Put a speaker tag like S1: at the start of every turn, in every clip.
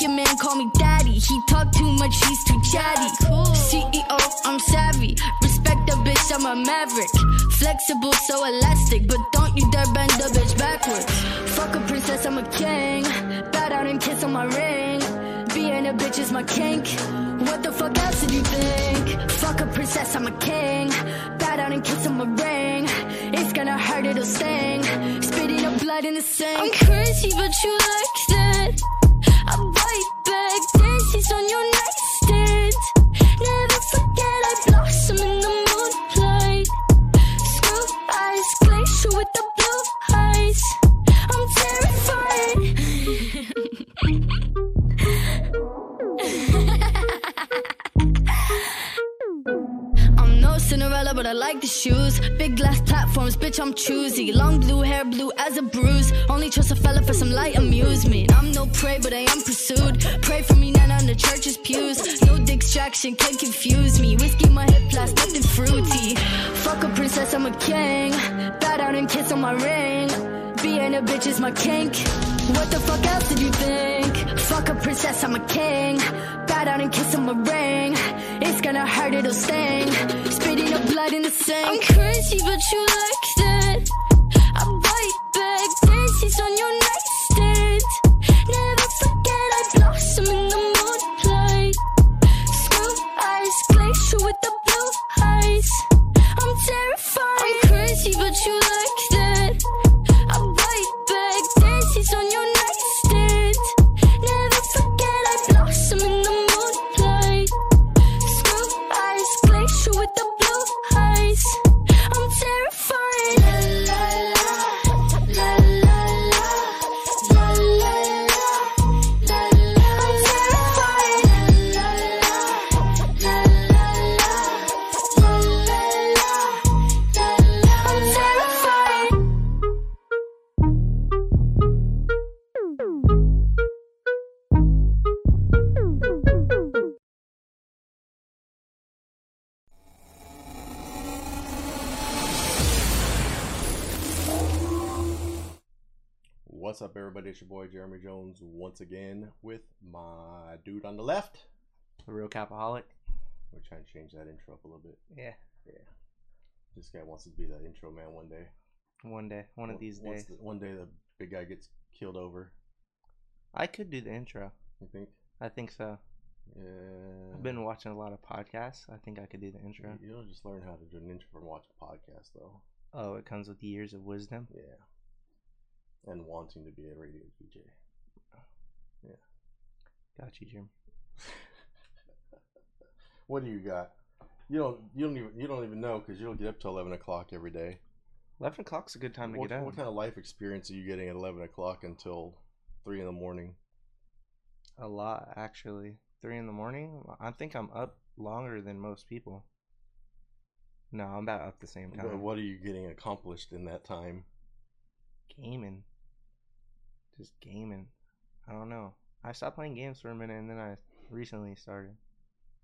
S1: your man call me daddy. He talk too much, he's too chatty. CEO, I'm savvy. Respect the bitch, I'm a maverick. Flexible, so elastic, but don't you dare bend the bitch backwards. Fuck a princess, I'm a king. Bat out and kiss on my ring. Being a bitch is my kink. What the fuck else did you think? Fuck a princess, I'm a king. Bat out and kiss on my ring. It's gonna hurt, it'll sting. Spitting up blood in the sink. I'm crazy, but you like that. I'm right back. Daisies on your nightstand. Never forget I blossom in the moonlight. Screw eyes, glacier with the blue eyes. I'm terrified. I'm no Cinderella, but I like the shoes. Big glass platforms, bitch, I'm choosy. Long blue hair, blue as a bruise. Only trust a fella for some light amusement. I'm no prey, but I am pursued. Pray for me, Nana, on the church's pews. No distraction can confuse me. Whiskey in my hip, plus nothing fruity. Fuck a princess, I'm a king. Bat out and kiss on my ring. Being a bitch is my kink. What the fuck else did you think? Fuck a princess, I'm a king. Bat out and kiss on my ring. It's gonna hurt, it'll sting. Spitting up blood in the sink. I'm crazy, but you like that. I'm right back. Daisies on your nightstand. Never forget I blossom in the moonlight. Screw eyes, glacier with the blue eyes. I'm terrified. I'm crazy, but you like that. I'm right back. Daisies on your nightstand. Never forget I blossom in the moonlight. Screw eyes, glacier with the blue eyes. I'm terrified. La la la, la la la, la la la, la la. I'm terrified. La la la, la la la, la la la, la la. I'm terrified.
S2: What's up, everybody? It's your boy Jeremy Jones once again with my dude on the left.
S3: A real capaholic.
S2: We're trying to change that intro up a little bit.
S3: Yeah.
S2: This guy wants to be the intro man one day.
S3: One day, one of
S2: Once-
S3: these
S2: once
S3: days,
S2: the- one day the big guy gets killed over.
S3: I could do the intro.
S2: You think?
S3: I think so.
S2: Yeah.
S3: I've been watching a lot of podcasts. I think I could do the intro.
S2: You don't just learn how to do an intro from watching podcasts, though.
S3: Oh, it comes with years of wisdom.
S2: Yeah. And wanting to be a radio DJ.
S3: Got you, Jim.
S2: What do you got? You don't. You don't even. You don't even know because you don't get up till eleven o'clock every day.
S3: Eleven o'clock's a good time to
S2: What,
S3: get up.
S2: what kind of life experience are you getting at eleven o'clock until three in the morning?
S3: A lot, actually. Three in the morning. I think I'm up longer than most people. No, I'm about up the same
S2: But
S3: time.
S2: What are you getting accomplished in that time?
S3: Gaming. Just gaming. I don't know. I stopped playing games for a minute, and then I recently started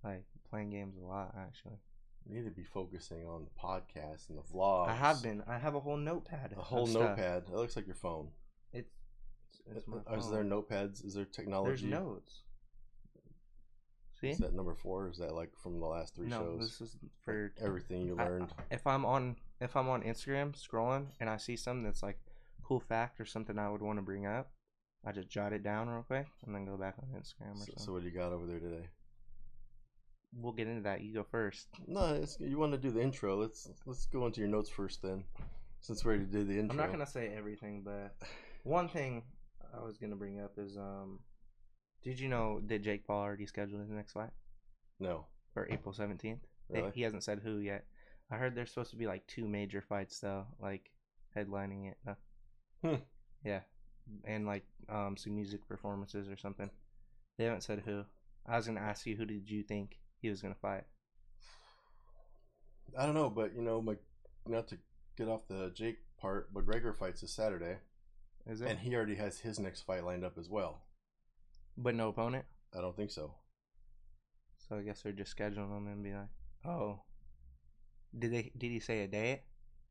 S3: like playing games a lot, actually.
S2: You need to be focusing on the podcast and the vlogs.
S3: I have been. I have a whole notepad.
S2: A
S3: of
S2: whole
S3: stuff.
S2: notepad. That looks like your phone.
S3: It's, it's my
S2: Is there
S3: phone.
S2: notepads? Is there
S3: There's
S2: technology?
S3: notes. See?
S2: Is that number four? Is that like from the last three
S3: no,
S2: shows?
S3: this is for
S2: everything you
S3: I-
S2: learned.
S3: if I'm on if I'm on Instagram scrolling and I see something that's like cool fact or something I would want to bring up, I just jot it down real quick and then go back on Instagram or
S2: so,
S3: something.
S2: so what do you got over there today?
S3: we'll get into that. You go first.
S2: No, it's, you want to do the intro. Let's let's go into your notes first then, since we already did the intro.
S3: I'm not gonna say everything, but one thing I was gonna bring up is um, did you know that Jake Paul already scheduled his next fight
S2: No,
S3: for April 17th? They-
S2: really.
S3: He hasn't said who yet. I heard there's supposed to be like two major fights though, like headlining it. uh,
S2: Hmm.
S3: Yeah, and like um some music performances or something. They haven't said who. I was gonna ask you who did you think he was gonna fight?
S2: I don't know, but you know, Mc, not to get off the Jake part, but Gregor fights this Saturday,
S3: Is it?
S2: and he already has his next fight lined up as well.
S3: but no opponent.
S2: I don't think so.
S3: So I guess they're just scheduling him and be like, oh, did they? Did he say a day?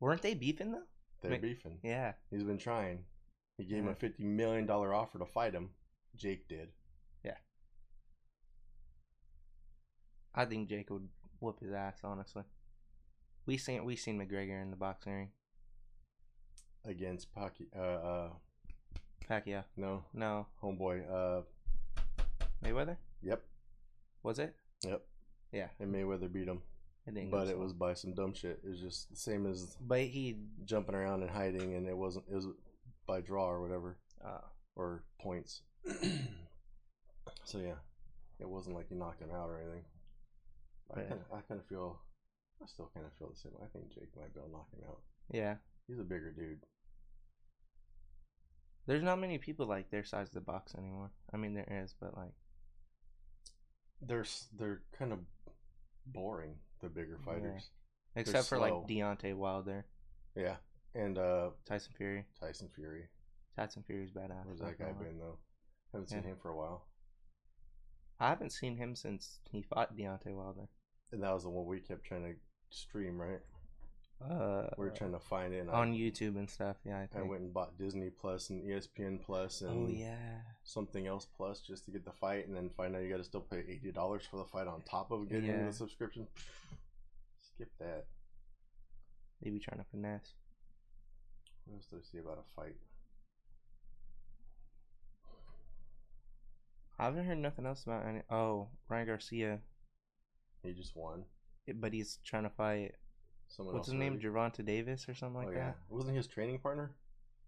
S3: Weren't they beefing though?
S2: They're
S3: Wait.
S2: beefing.
S3: Yeah.
S2: He's been trying. He gave him
S3: Yeah.
S2: a fifty million dollar offer to fight him. Jake did.
S3: Yeah. I think Jake would whoop his ass. Honestly, we seen we seen McGregor in the boxing ring.
S2: against Paki. Uh, uh,
S3: Pacquiao,
S2: no,
S3: no
S2: homeboy. Uh,
S3: Mayweather,
S2: yep,
S3: was it?
S2: yep.
S3: Yeah,
S2: And Mayweather beat him,
S3: I think.
S2: but it was by some dumb shit. It was just the same as
S3: But he,
S2: jumping around and hiding, and it wasn't. It was by draw or whatever
S3: uh,
S2: or points. so yeah, it wasn't like you knocked him out or anything. I
S3: Yeah.
S2: kind of, I kind of feel, I still kind of feel the same. I think Jake might be able to knock him out.
S3: yeah.
S2: He's a bigger dude.
S3: There's not many people like their size of the box anymore. I mean, there is, but like,
S2: They're s- they're kind of boring. The bigger
S3: Yeah.
S2: fighters.
S3: except for
S2: slow.
S3: like Deontay Wilder,
S2: Yeah, and uh
S3: Tyson Fury.
S2: Tyson Fury.
S3: Tyson Fury's badass. Uh-huh.
S2: Where's
S3: not
S2: that guy
S3: gonna lie.
S2: been though? Haven't seen
S3: Yeah.
S2: him for a while.
S3: I haven't seen him since he fought Deontay Wilder.
S2: And that was the one we kept trying to stream, right?
S3: Uh,
S2: We were trying to find it. And
S3: on
S2: I,
S3: YouTube and stuff. Yeah, I
S2: I
S3: think.
S2: went and bought Disney Plus and E ESPN Plus and
S3: oh yeah,
S2: something else plus just to get the fight, and then find out you got to still pay eighty dollars for the fight on top of getting
S3: Yeah.
S2: the subscription. Skip that.
S3: they be trying to finesse.
S2: What else did I see about a fight?
S3: I haven't heard nothing else about any. Oh, Ryan Garcia,
S2: He just won.
S3: but he's trying to fight.
S2: Someone
S3: What's
S2: else
S3: his name?
S2: already-
S3: Javante Davis or something like
S2: oh
S3: that.
S2: yeah, wasn't he his training partner?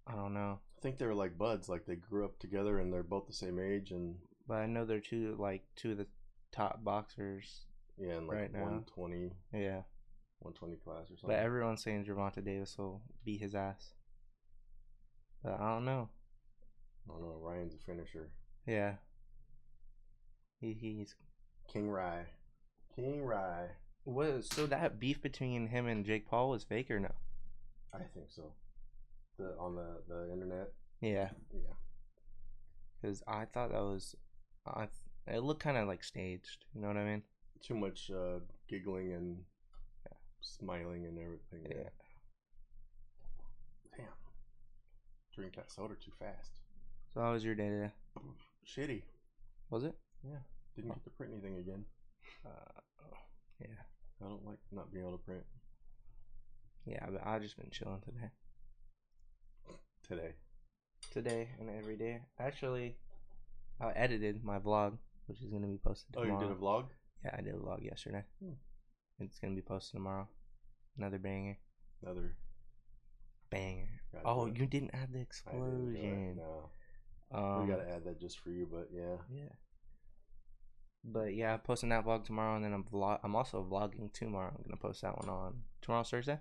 S3: I don't know,
S2: I think they were like buds, like they grew up together and they're both the same age, and
S3: but I know they're two like two of the top boxers.
S2: yeah, in like
S3: Right now.
S2: 120,
S3: Yeah,
S2: 120 class or something.
S3: but everyone's saying Javante Davis will beat his ass. But I don't know.
S2: I don't know. Ryan's a finisher.
S3: Yeah. He, he's
S2: King Rye. King Rye.
S3: was so that beef between him and Jake Paul was fake or no?
S2: I think so. The on the the internet.
S3: Yeah,
S2: Yeah.
S3: because I thought that was, I it looked kind of like staged. You know what I mean?
S2: Too much uh, giggling and smiling and everything.
S3: Yeah.
S2: Damn. Drink that soda too fast.
S3: So how was your day today?
S2: Shitty.
S3: Was it?
S2: Didn't get to print anything again.
S3: Uh, yeah,
S2: I don't like not being able to print
S3: yeah. But I just been chilling today,
S2: today.
S3: today and every day. Actually, I edited my vlog, which is gonna be posted
S2: Oh,
S3: tomorrow.
S2: you did a vlog?
S3: yeah, I did a vlog yesterday.
S2: Hmm.
S3: It's gonna be posted tomorrow. Another banger,
S2: Another.
S3: banger.
S2: Gotta
S3: Oh,
S2: do it.
S3: you didn't
S2: I
S3: add the
S2: didn't do it,
S3: explosion.
S2: No.
S3: Um,
S2: we gotta add that just for you, but yeah.
S3: Yeah. But yeah, posting that vlog tomorrow, and then I'm vlog. I'm also vlogging tomorrow. I'm gonna post that one on tomorrow's Thursday.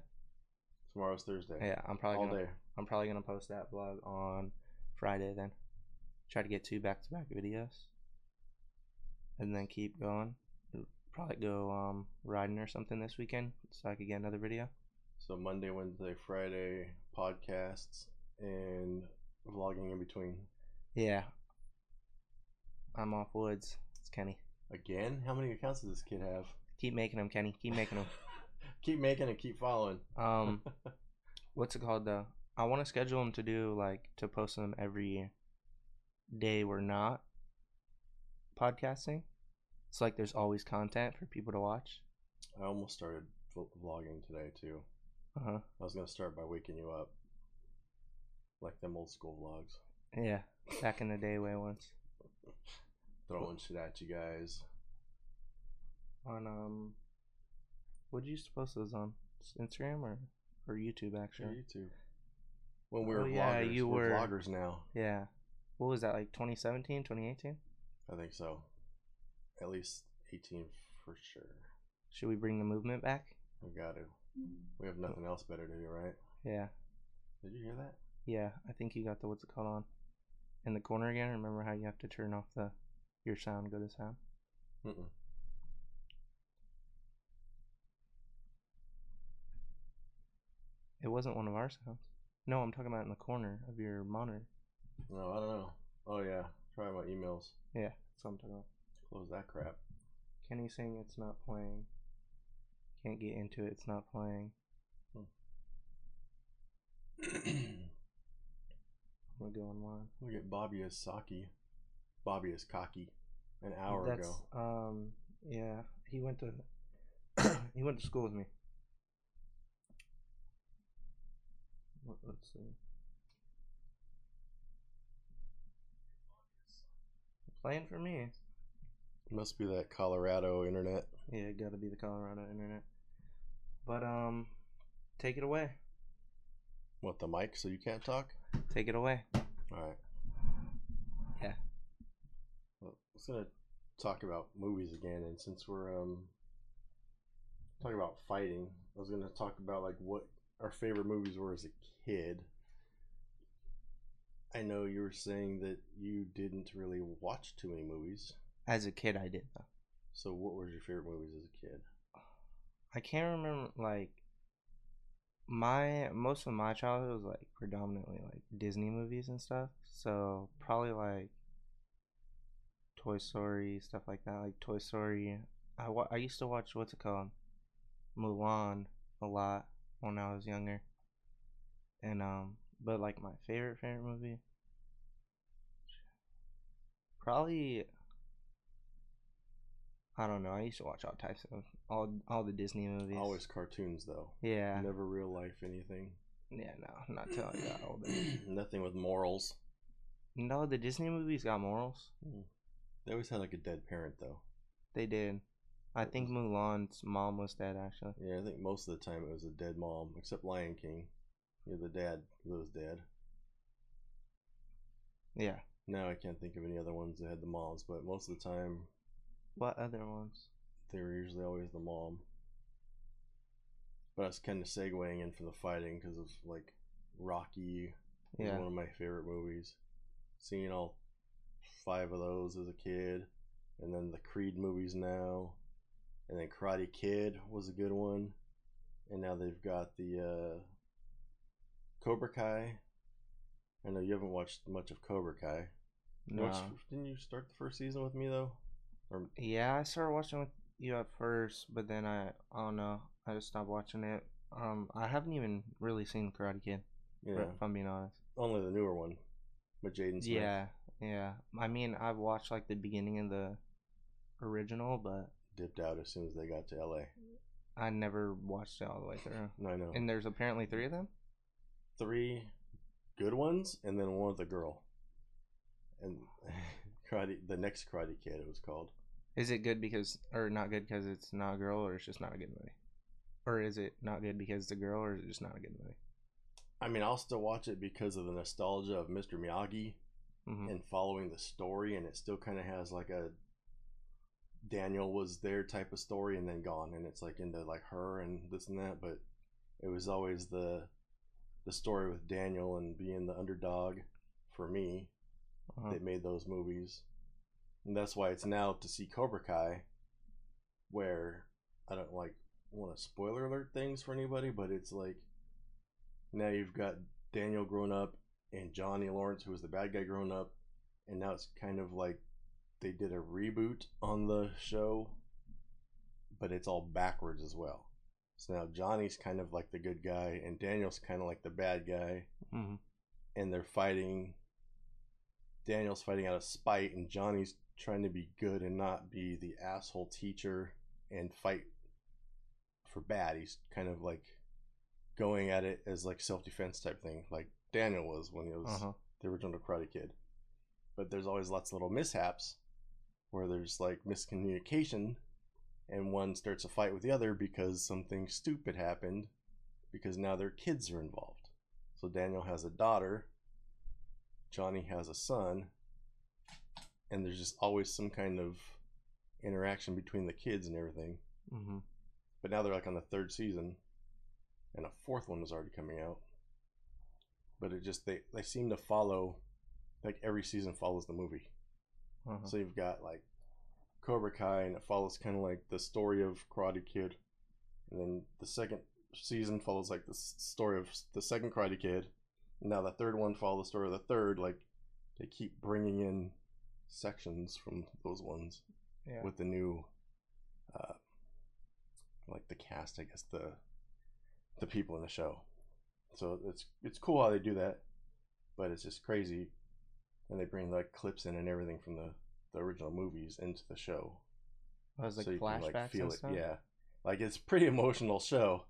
S2: Tomorrow's Thursday.
S3: Yeah, I'm probably
S2: All
S3: gonna,
S2: day.
S3: I'm probably gonna post that vlog on Friday. Then try to get two back to back videos, and then keep going. Probably go um riding or something this weekend, so I could get another video.
S2: So Monday, Wednesday, Friday podcasts and vlogging in between.
S3: Yeah. I'm off woods. It's Kenny.
S2: Again, how many accounts does this kid have?
S3: Keep making them, Kenny. Keep making them.
S2: keep making it. Keep following.
S3: Um, what's it called though? I want to schedule them to do like to post them every day we're not podcasting. It's like there's always content for people to watch.
S2: I almost started v- vlogging today too.
S3: Uh huh.
S2: I was gonna start by waking you up, like them old school vlogs,
S3: Yeah, back in the day way once
S2: throwing shit at you guys.
S3: on um, what would you used to post those on Instagram or or YouTube
S2: Sure,
S3: actually?
S2: YouTube. When we were
S3: Oh, yeah,
S2: vloggers,
S3: you
S2: we're
S3: were-
S2: vloggers now.
S3: Yeah. What was that like 2017, 2018?
S2: I think so. At least eighteen for sure.
S3: Should we bring the movement back?
S2: We got to. We have nothing else better to do, right?
S3: Yeah.
S2: Did you hear that?
S3: Yeah, I think you got the what's it called on in the corner again. Remember how you have to turn off the your sound, go to sound.
S2: Mm-mm.
S3: It wasn't one of our sounds. No, I'm talking about in the corner of your monitor.
S2: No, I don't know. Oh yeah, try my emails.
S3: Yeah, that's what I'm talking about.
S2: Close that crap.
S3: Kenny's saying it's not playing. Can't get into it. It's not playing. I'm gonna go online.
S2: Look at Bobby as Saki. Bobby as cocky. An hour
S3: That's,
S2: ago.
S3: Um. Yeah, he went to he went to school with me. Let- Let's see. Playing for me.
S2: Must be that Colorado internet.
S3: Yeah, it gotta be the Colorado internet. But um, take it away.
S2: What the mic? So you can't talk.
S3: Take it away.
S2: All right.
S3: Yeah.
S2: Well, I was gonna talk about movies again, and since we're um talking about fighting, I was gonna talk about like what our favorite movies were as a kid. I know you were saying that you didn't really watch too many movies.
S3: As a kid, I did though.
S2: So, what were your favorite movies as a kid?
S3: I can't remember like my most of my childhood was like predominantly like Disney movies and stuff. So probably like Toy Story stuff like that. Like Toy Story, I wa- I used to watch what's it called Mulan a lot when I was younger. And um, but like my favorite favorite movie, probably I don't know. I used to watch all types of all all the Disney movies.
S2: Always cartoons, though.
S3: Yeah.
S2: Never real life anything.
S3: Yeah, no, not till I got older.
S2: Nothing with morals.
S3: No, the Disney movies got morals.
S2: They always had like a dead parent, though.
S3: They did. I think
S2: Mm-hmm.
S3: Mulan's mom was dead actually.
S2: Yeah, I think most of the time it was a dead mom, except Lion King. Yeah, the dad was dead.
S3: Yeah.
S2: Now I can't think of any other ones that had the moms, but most of the time
S3: What other ones?
S2: they were usually always the mom. But I was kind of segueing in from the fighting because of like Rocky was
S3: Yeah.
S2: one of my favorite movies. Seeing all five of those as a kid, and then the Creed movies now, and then Karate Kid was a good one, and now they've got the uh, Cobra Kai. I know you haven't watched much of Cobra Kai. You
S3: No.
S2: watched- didn't you start the first season with me though? Or
S3: Yeah, I started watching with you at first, but then I I don't know. I just stopped watching it. Um, I haven't even really seen Karate Kid.
S2: yeah,
S3: If I'm being honest.
S2: only the newer one, with Jaden Smith.
S3: Yeah, yeah. I mean, I've watched like the beginning of the original, but
S2: dipped out as soon as they got to L.A.
S3: I never watched it all the way through.
S2: No, I know.
S3: And there's apparently three of them.
S2: three good ones and then one with a girl. And karate, the next Karate Kid, it was called.
S3: Is it good because, or not good because it's not a girl, or it's just not a good movie? Or is it not good because it's a girl, or is it just not a good movie?
S2: I mean, I'll still watch it because of the nostalgia of Mr. Miyagi
S3: hmm
S2: and following the story, and it still kind of has like a Daniel was there type of story and then gone, and it's like into like her and this and that, but it was always the the story with Daniel and being the underdog for me
S3: Uh-huh.
S2: that made those movies. And that's why it's now to see Cobra Kai, where I don't like want to spoiler alert things for anybody, but it's like now you've got Daniel grown up and Johnny Lawrence, who was the bad guy grown up, and now it's kind of like they did a reboot on the show, but it's all backwards as well. So now Johnny's kind of like the good guy, and Daniel's kind of like the bad guy
S3: Mhm.
S2: and they're fighting. Daniel's fighting out of spite, and Johnny's trying to be good and not be the asshole teacher and fight for bad. He's kind of like going at it as like self defense type thing, like Daniel was when he was
S3: Uh-huh.
S2: the original Karate Kid. But there's always lots of little mishaps where there's like miscommunication and one starts a fight with the other because something stupid happened because now their kids are involved. So Daniel has a daughter, Johnny has a son, and there's just always some kind of interaction between the kids and everything.
S3: hmm
S2: But now they're like on the third season, and a fourth one was already coming out. But it just they they seem to follow, like every season follows the movie.
S3: Uh-huh.
S2: So you've got like Cobra Kai, and it follows kind of like the story of Karate Kid, and then the second season follows like the s- story of s- the second Karate Kid. And now the third one follows the story of the third. Like they keep bringing in sections from those ones
S3: yeah.
S2: with the new uh, like the cast i guess the the people in the show so it's it's cool how they do that but it's just crazy and they bring like clips in and everything from the the original movies into the show
S3: I was like
S2: so you can
S3: Oh, flashbacks
S2: like feel
S3: and
S2: it.
S3: stuff.
S2: Yeah, like it's a pretty emotional show.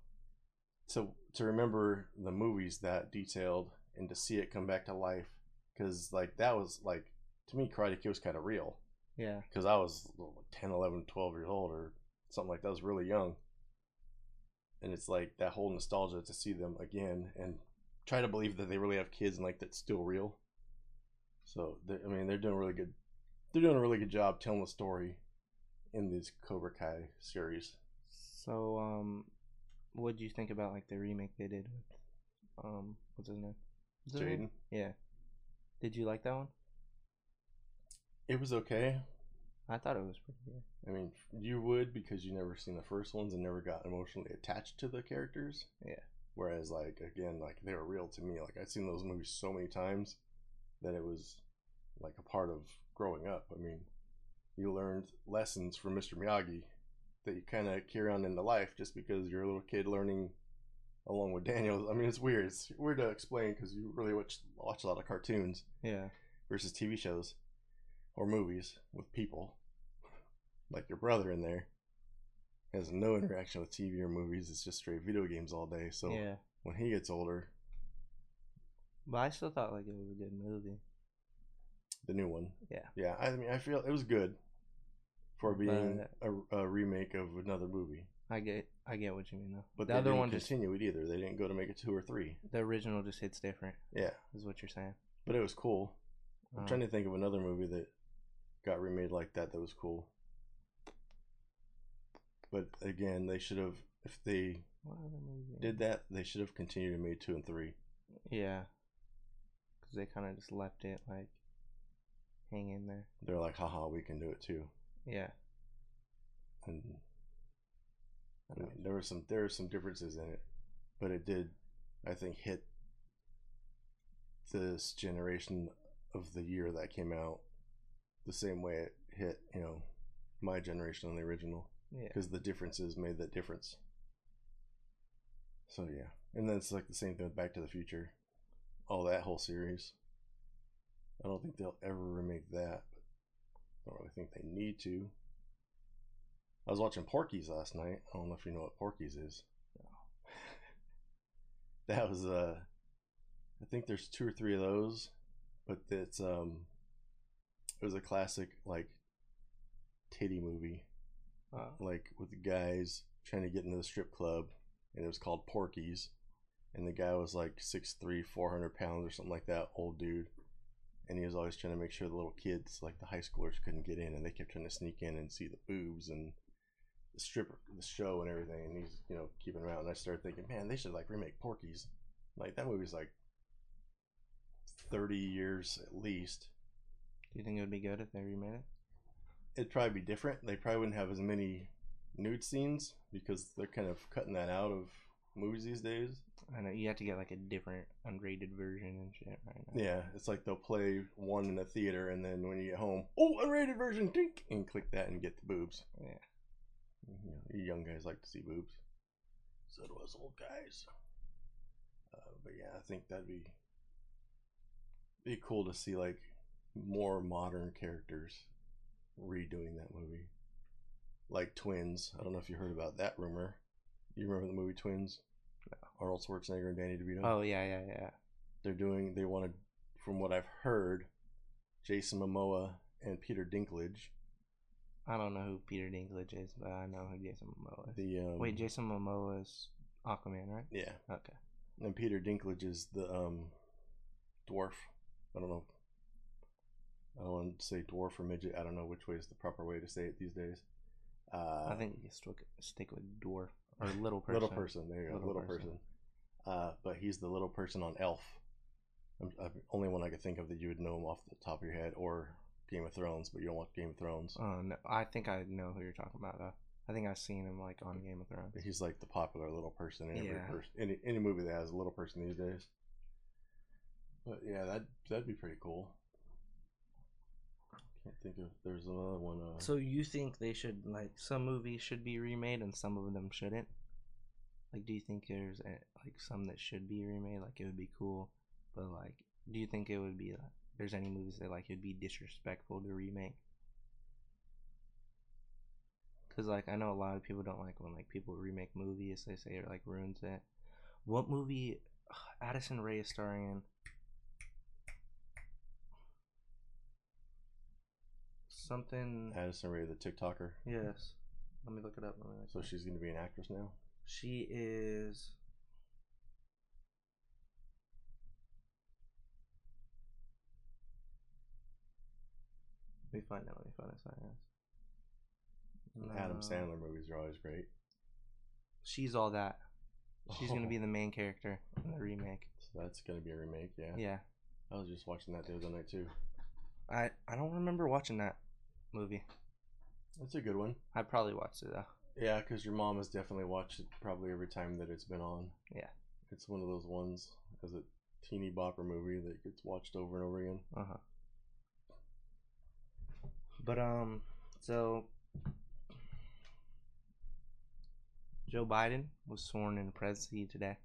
S2: To to remember the movies that detailed and to see it come back to life, because like that was like to me, Karate Kid was kind of real
S3: Yeah.
S2: because I was 10, 11, 12 years old or something like that. I was really young. And it's like that whole nostalgia to see them again and try to believe that they really have kids and like that's still real. So, they- I mean, they're doing really good. They're doing a really good job telling the story in this Cobra Kai series.
S3: So, um, what do you think about like the remake they did with, um, what's his name? Is it his name?
S2: Jaden,
S3: Yeah. Did you like that one?
S2: it was okay.
S3: I thought it was pretty good.
S2: I mean, you would because you never seen the first ones and never got emotionally attached to the characters.
S3: Yeah.
S2: Whereas, like again, like they were real to me. Like I'd seen those movies so many times that it was like a part of growing up. I mean, you learned lessons from Mr. Miyagi that you kind of carry on into life just because you're a little kid learning along with Daniel. I mean, it's weird. It's weird to explain because you really watch watch a lot of cartoons
S3: Yeah.
S2: versus TV shows or movies with people like your brother in there has no
S3: Hmm.
S2: interaction with TV or movies. It's just straight video games all day. So
S3: yeah.
S2: when he gets older,
S3: But I still thought like it was a good movie.
S2: the new one.
S3: Yeah.
S2: Yeah. I mean, I feel it was good for being
S3: But-
S2: a, a remake of another movie.
S3: I get I get what you mean though.
S2: But
S3: the
S2: they
S3: other
S2: didn't
S3: one just
S2: continue it either. They didn't go to make it two or three.
S3: the original just hits different
S2: Yeah.
S3: is what you're saying.
S2: But it was cool. I'm
S3: Um,
S2: trying to think of another movie that got remade like that that was cool. But again, they should have if they
S3: what other movie?
S2: did that, they should have continued and made two and three.
S3: Yeah. Because they kind of just left it like hanging there.
S2: They're like, haha, we can do it too.
S3: Yeah.
S2: And I
S3: Yeah.
S2: mean, there were some there were some differences in it, but it did, I think, hit this generation of the year that came out the same way it hit, you know, my generation on the original
S3: Yeah.
S2: because the differences made that difference. So yeah, and then it's like the same thing with Back to the Future, all that whole series. I don't think they'll ever remake that. I don't really think they need to. I was watching Porky's last night. I don't know if you know what Porky's is. that was uh, I think there's two or three of those, but it's um, it was a classic like titty movie
S3: Oh.
S2: like with the guys trying to get into the strip club and it was called Porky's and the guy was like 6'3 400 pounds or something like that old dude and he was always trying to make sure the little kids like the high schoolers couldn't get in and they kept trying to sneak in and see the boobs and the stripper the show and everything and he's you know keeping them out and I started thinking man they should like remake Porky's like that movie's like 30 years at least
S3: Do you think it would be good if they remade it?
S2: it'd probably be different. They probably wouldn't have as many nude scenes because they're kind of cutting that out of movies these days.
S3: I know you have to get like a different unrated version and shit right now.
S2: Yeah, it's like they'll play one in the theater and then when you get home, oh, unrated version, dink, and click that and get the boobs.
S3: Yeah.
S2: You know, you young guys like to see boobs. So do us old guys. Uh, but yeah, I think that'd be be cool to see like more modern characters redoing that movie, like Twins. I don't know if you heard about that rumor. You remember the movie Twins? Arnold Schwarzenegger and Danny DeVito
S3: Oh yeah, yeah, yeah.
S2: they're doing they want to from what i've heard jason momoa and peter dinklage
S3: I don't know who Peter Dinklage is, but I know who Jason Momoa is.
S2: the um,
S3: Wait, Jason Momoa is Aquaman, right?
S2: yeah
S3: Okay.
S2: and peter dinklage is the um dwarf i don't know i don't want to say dwarf or midget i don't know which way is the proper way to say it these days uh
S3: I think you stick stick with dwarf or little person.
S2: little person there you go
S3: Little
S2: little,
S3: person.
S2: person, Uh, but he's the little person on elf I'm, i only one i could think of that you would know him off the top of your head or game of thrones but you don't watch game of thrones
S3: Oh no, I think I know who you're talking about though. I think I've seen him like on Game of Thrones.
S2: He's like the popular little person in every
S3: Yeah.
S2: pers- any any movie that has a little person these days. But yeah, that that'd be pretty cool. Can't think of there's another one. Uh,
S3: So you think they should like some movies should be remade and some of them shouldn't? Like, do you think there's eh, like some that should be remade? Like, it would be cool, but like, do you think it would be like, there's any movies that like it'd be disrespectful to remake? Cause like I know a lot of people don't like when like people remake movies. They say it like ruins it. What movie? Addison Ray is starring in. Something.
S2: Addison Ray, the TikToker.
S3: Yes. Let me look it up. Let me look
S2: So
S3: it up.
S2: she's gonna be an actress now.
S3: She is. Let me find out. Let me find out. Sorry, guys.
S2: Adam
S3: Uh,
S2: Sandler movies are always great.
S3: She's all that. She's gonna
S2: Oh.
S3: be the main character in the remake.
S2: So that's gonna be a remake. Yeah.
S3: Yeah.
S2: I was just watching that the other night too.
S3: I I don't remember watching that movie.
S2: That's a good one.
S3: I probably watched it though.
S2: Yeah, because your mom has definitely watched it probably every time that it's been on.
S3: Yeah.
S2: It's one of those ones as a teeny bopper movie that gets watched over and over again.
S3: Uh huh. But um, so Joe Biden was sworn in presidency today.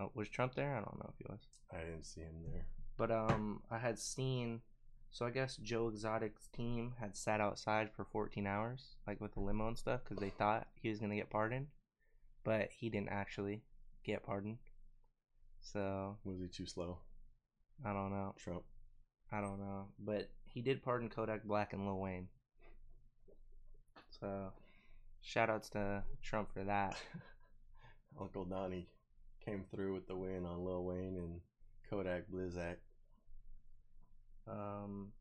S3: Uh, was Trump there? I don't know if he was.
S2: I didn't see him there.
S3: But um, I had seen. So I guess Joe Exotic's team had sat outside for 14 hours, like with the limo and stuff, because they thought he was gonna get pardoned, but he didn't actually get pardoned. So
S2: Was he too slow?
S3: I don't know.
S2: Trump.
S3: I don't know, but he did pardon Kodak Black and Lil Wayne. So, shout outs to Trump for that.
S2: Uncle Donnie came through with the win on Lil Wayne and Kodak Blizzak.
S3: Um,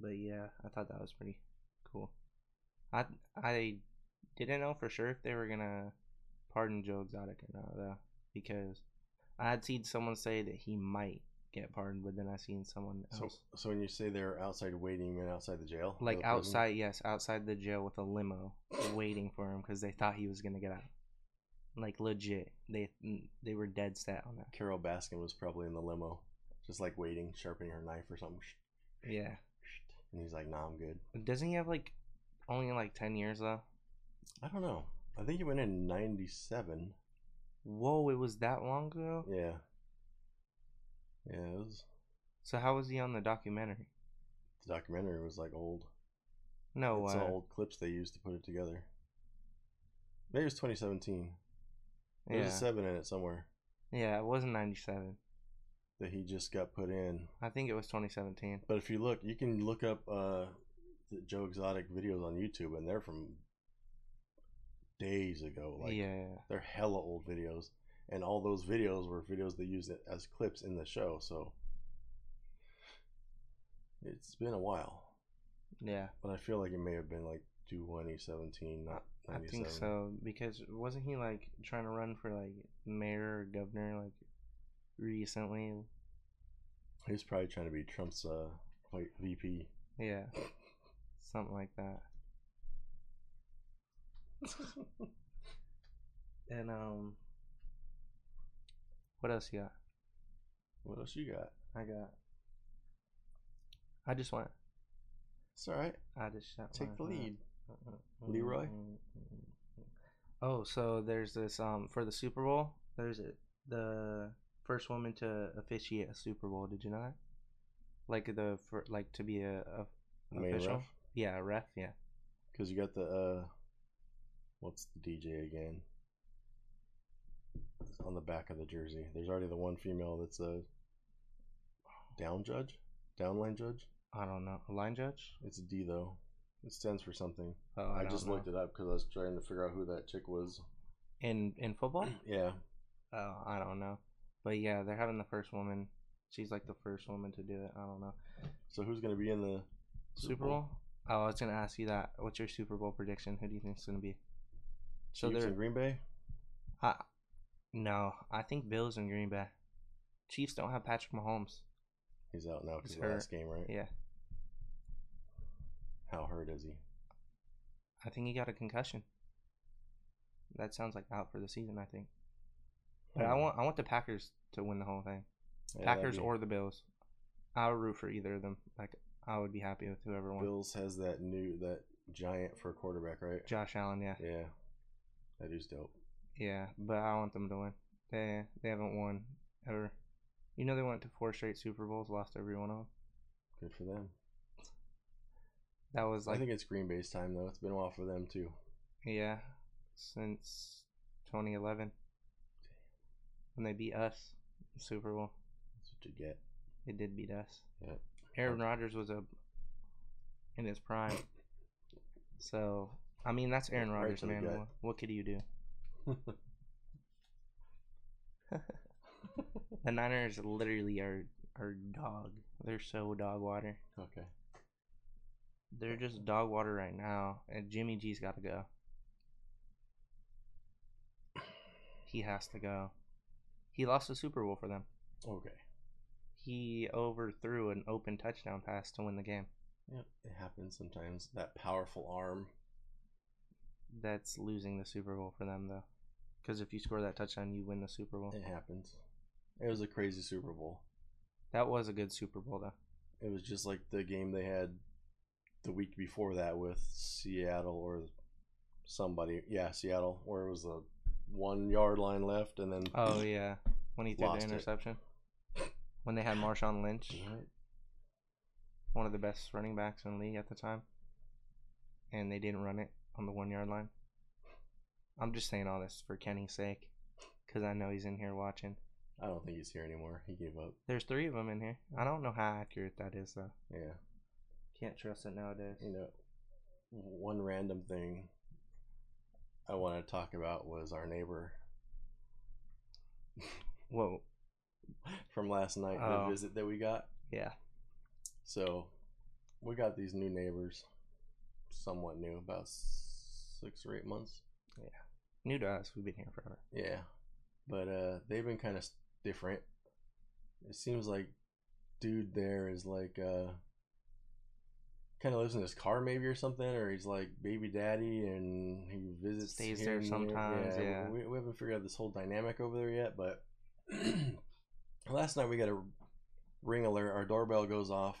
S3: but yeah, I thought that was pretty cool. I I didn't know for sure if they were gonna pardon Joe Exotic or not though, because I had seen someone say that he might get pardoned, but then I seen someone
S2: So,
S3: else
S2: so when you say they're outside waiting, you mean outside the jail?
S3: like
S2: The prison?
S3: outside, yes, outside the jail with a limo waiting for him because they thought he was gonna get out. Like legit, they mm, they were dead set on that.
S2: Carol Baskin was probably in the limo, just like waiting, sharpening her knife or something.
S3: Yeah,
S2: And he's like, "Nah, I'm good."
S3: doesn't he have like only like ten years though?
S2: I don't know. I think he went in '97.
S3: Whoa, it was that long ago.
S2: Yeah. Yeah, it was,
S3: So how was he on the documentary?
S2: the documentary was like old.
S3: No
S2: it's
S3: way.
S2: all old clips they used to put it together. Maybe it was 2017.
S3: yeah,
S2: There's a seven in it somewhere
S3: yeah, it wasn't ninety seven.
S2: that he just got put in.
S3: I think it was twenty seventeen.
S2: But if you look, you can look up uh, the Joe Exotic videos on YouTube, and they're from days ago. Like
S3: yeah, yeah,
S2: they're hella old videos, and all those videos were videos they used as clips in the show. So it's been a while,
S3: yeah.
S2: but I feel like it may have been like 2017, not
S3: I
S2: 97.
S3: think so because wasn't he like trying to run for like mayor or governor like recently?
S2: He's probably trying to be Trump's uh, like VP.
S3: Yeah. Something like that. And um what else you got?
S2: what else you got?
S3: I got I just want
S2: It's all right.
S3: I just shot
S2: Take the
S3: my-
S2: lead. Leroy?
S3: Oh, so there's this um for the Super Bowl, there's a, the first woman to officiate a Super Bowl, did you know that? Like the for like to be a, a
S2: Main
S3: official?
S2: ref.
S3: Yeah, a ref, yeah.
S2: Because you got the uh, what's the DJ again? It's on the back of the jersey. There's already the one female that's a down judge, downline judge.
S3: I don't know. A line judge?
S2: It's a D though. It stands for something.
S3: Oh,
S2: I, just looked
S3: at
S2: it up because I was trying to figure out who that chick was.
S3: in in football.
S2: yeah,
S3: oh, I don't know, but yeah, they're having the first woman. She's like the first woman to do it. I don't know.
S2: so who's gonna be in the
S3: Super Bowl. Oh, I was gonna ask you that. What's your Super Bowl prediction? Who do you think's gonna be? So
S2: Chiefs
S3: they're-
S2: in Green Bay.
S3: I, no, I think Bills and Green Bay. Chiefs don't have Patrick Mahomes.
S2: He's out now because
S3: He's
S2: the last game, right?
S3: Yeah,
S2: How hurt is he?
S3: I think he got a concussion. That sounds like out for the season. I think, but
S2: Hmm.
S3: I want I want the Packers to win the whole thing.
S2: Yeah, that'd
S3: Packers
S2: be-
S3: or the Bills. I would root for either of them. Like I would be happy with whoever won.
S2: Bills has that new that giant for a quarterback, right?
S3: Josh Allen, yeah.
S2: Yeah, that dude's dope.
S3: Yeah, but I want them to win. They they haven't won ever. You know they went to four straight Super Bowls, lost every one of them.
S2: Good for them.
S3: That was
S2: I
S3: like
S2: think it's Green Bay's time though. It's been a while for them too.
S3: yeah, since 2011 when they beat us in the Super Bowl.
S2: That's what you get.
S3: They did beat us.
S2: Yep.
S3: Aaron Rodgers was a in his prime. So I mean that's Aaron
S2: Right
S3: Rodgers,
S2: to the
S3: man.
S2: gut.
S3: What, what could you do? The Niners literally are are dog. They're so dog water.
S2: okay.
S3: They're just dog water right now, and Jimmy G's got to go. He has to go. He lost the Super Bowl for them.
S2: Okay.
S3: He overthrew an open touchdown pass to win the game.
S2: Yep. It happens sometimes. That powerful arm.
S3: That's losing the Super Bowl for them though, because if you score that touchdown, you win the Super Bowl.
S2: It happens. It was a crazy Super Bowl.
S3: That was a good Super Bowl though.
S2: It was just like the game they had the week before that with Seattle or somebody. Yeah, Seattle, where it was a one yard line left and then
S3: Oh yeah, when he threw
S2: Lost
S3: the
S2: it.
S3: interception. When they had Marshawn Lynch,
S2: Damn it.
S3: one of the best running backs in the league at the time, and they didn't run it on the one yard line. I'm just saying all this for Kenny's sake, because I know he's in here watching.
S2: I don't think he's here anymore. He gave up.
S3: There's three of them in here. I don't know how accurate that is though.
S2: Yeah.
S3: Can't trust it nowadays.
S2: you know, one random thing I want to talk about was our neighbor
S3: Whoa,
S2: from last night,
S3: Oh.
S2: the visit that we got.
S3: yeah,
S2: So, we got these new neighbors, somewhat new, about six or eight months.
S3: new to us. We've been here forever.
S2: Yeah, but uh, they've been kind of different. It seems like dude there is like uh, kind of lives in his car maybe or something, or he's like baby daddy and he visits.
S3: Stays
S2: here
S3: there
S2: and
S3: sometimes, yeah.
S2: we, we haven't figured out this whole dynamic over there yet, but last night we got a ring alert. Our doorbell goes off.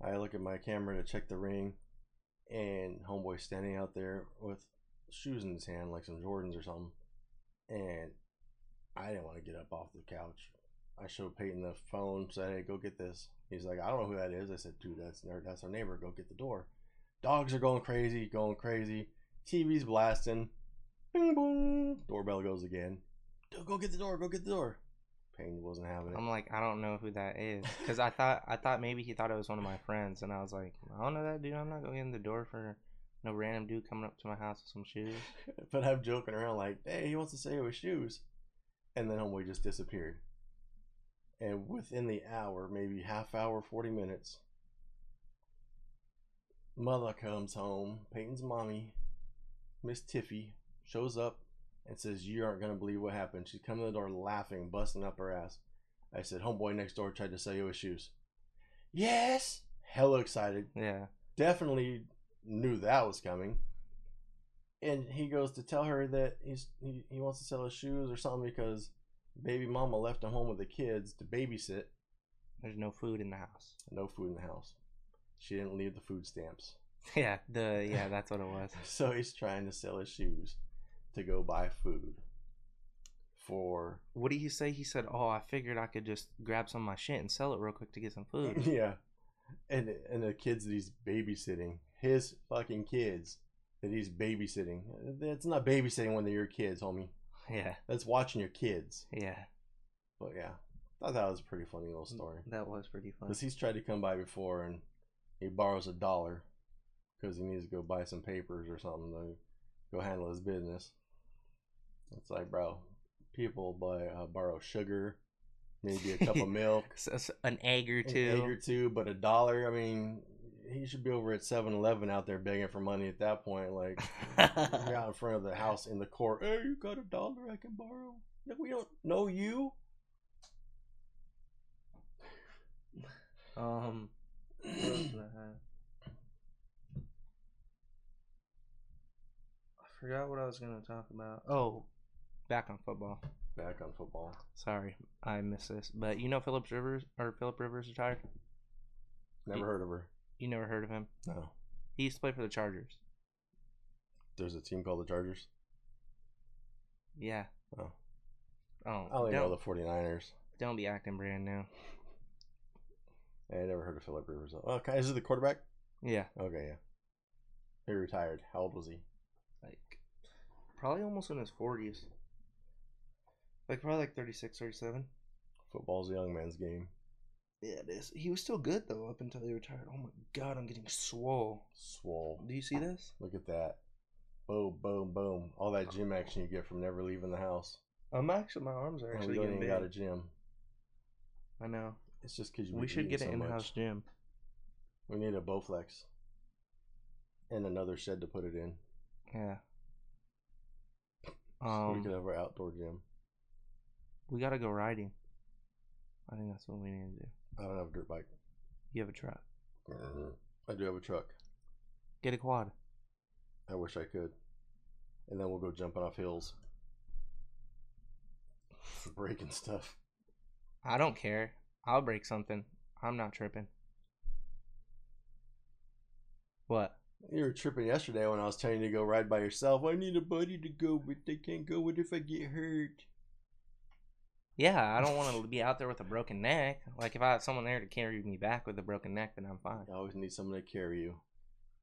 S2: I look at my camera to check the ring, and homeboy standing out there with shoes in his hand, like some Jordans or something. And I didn't want to get up off the couch. I showed Peyton the phone, said, "Hey, go get this." He's like, "I don't know who that is." I said, "Dude, that's our- that's our neighbor. Go get the door." Dogs are going crazy, going crazy. TV's blasting. Bing boom. Doorbell goes again. Dude, go get the door. Go get the door. Peyton wasn't having it.
S3: I'm like, I don't know who that is, because I thought I thought maybe he thought it was one of my friends, and I was like, I don't know that dude. I'm not going in the door for no random dude coming up to my house with some shoes.
S2: but I'm joking around like, hey, he wants to say it was shoes. And then homeboy just disappeared. And within the hour, maybe half hour, 40 minutes, mother comes home, Peyton's mommy, Miss Tiffy, shows up and says, you aren't going to believe what happened. She's coming to the door laughing, busting up her ass. I said, homeboy next door tried to sell you his shoes. Yes! Hella excited
S3: Yeah,
S2: definitely knew that was coming. And he goes to tell her that he's he, he wants to sell his shoes or something because baby mama left him home with the kids to babysit.
S3: there's no food in the house.
S2: No food in the house. She didn't leave the food stamps.
S3: Yeah, the yeah, that's what it was.
S2: So he's trying to sell his shoes to go buy food for
S3: What do you say? He said, "Oh, I figured I could just grab some of my shit and sell it real quick to get some food."
S2: yeah. And and the kids that he's babysitting, his fucking kids that he's babysitting. It's not babysitting when they're your kids, homie.
S3: yeah,
S2: That's watching your kids.
S3: yeah,
S2: But yeah, thought that was a pretty funny
S3: Mm,
S2: little story.
S3: that was pretty funny.
S2: Because he's tried to come by before and he borrows a dollar because he needs to go buy some papers or something to go handle his business. It's like, bro, people buy uh, borrow sugar, maybe a cup of milk,
S3: So- so an egg or
S2: an
S3: two.
S2: egg or two, but a dollar. I mean, he should be over at 7 Eleven out there begging for money at that point. Like, you're out in front of the house in the court. Hey, you got a dollar I can borrow? No, we don't know you.
S3: um, what else did I have? I forgot what I was gonna talk about. Oh, back on football.
S2: Back on football.
S3: Sorry, I missed this. But you know, Phillips Rivers or Philip Rivers retired.
S2: Never heard of her.
S3: You never heard of him?
S2: No.
S3: He used to play for the Chargers.
S2: There's a team called the Chargers.
S3: Yeah.
S2: Oh.
S3: Oh,
S2: I only
S3: don't,
S2: know the 49ers.
S3: don't be acting brand new.
S2: I never heard of Philip Rivers. Okay, is it the quarterback?
S3: Yeah,
S2: Okay, yeah. He retired. How old was he?
S3: like probably almost in his forties. Like probably like 36, 37.
S2: Football's a young man's game.
S3: Yeah, it is. He was still good though up until he retired. Oh my god, I'm getting swole.
S2: Swole.
S3: Do you see this?
S2: Look at that. Boom, boom, boom. All that gym action you get from never leaving the house.
S3: I'm actually my arms are
S2: And Oh, we
S3: actually
S2: don't
S3: getting
S2: even
S3: big.
S2: got a gym.
S3: I know.
S2: It's just because you
S3: We
S2: eat
S3: should get
S2: so
S3: an
S2: much.
S3: in-house gym.
S2: We need a Bowflex. And another shed to put it in.
S3: Yeah.
S2: so we
S3: Um,
S2: could have our outdoor gym.
S3: we gotta go riding. I think that's what we need to do.
S2: I don't have a dirt bike. Mm-hmm.
S3: You have a truck.
S2: I do have a truck.
S3: Get a quad.
S2: I wish I could. And then we'll go jumping off hills. Breaking stuff.
S3: I don't care. I'll break something. I'm not tripping. What?
S2: You were tripping yesterday when I was telling you to go ride by yourself. I need a buddy to go with. I can't go with if I get hurt.
S3: Yeah, I don't want to be out there with a broken neck. Like if I had someone there to carry me back with a broken neck, then I'm fine.
S2: I always need someone to carry you.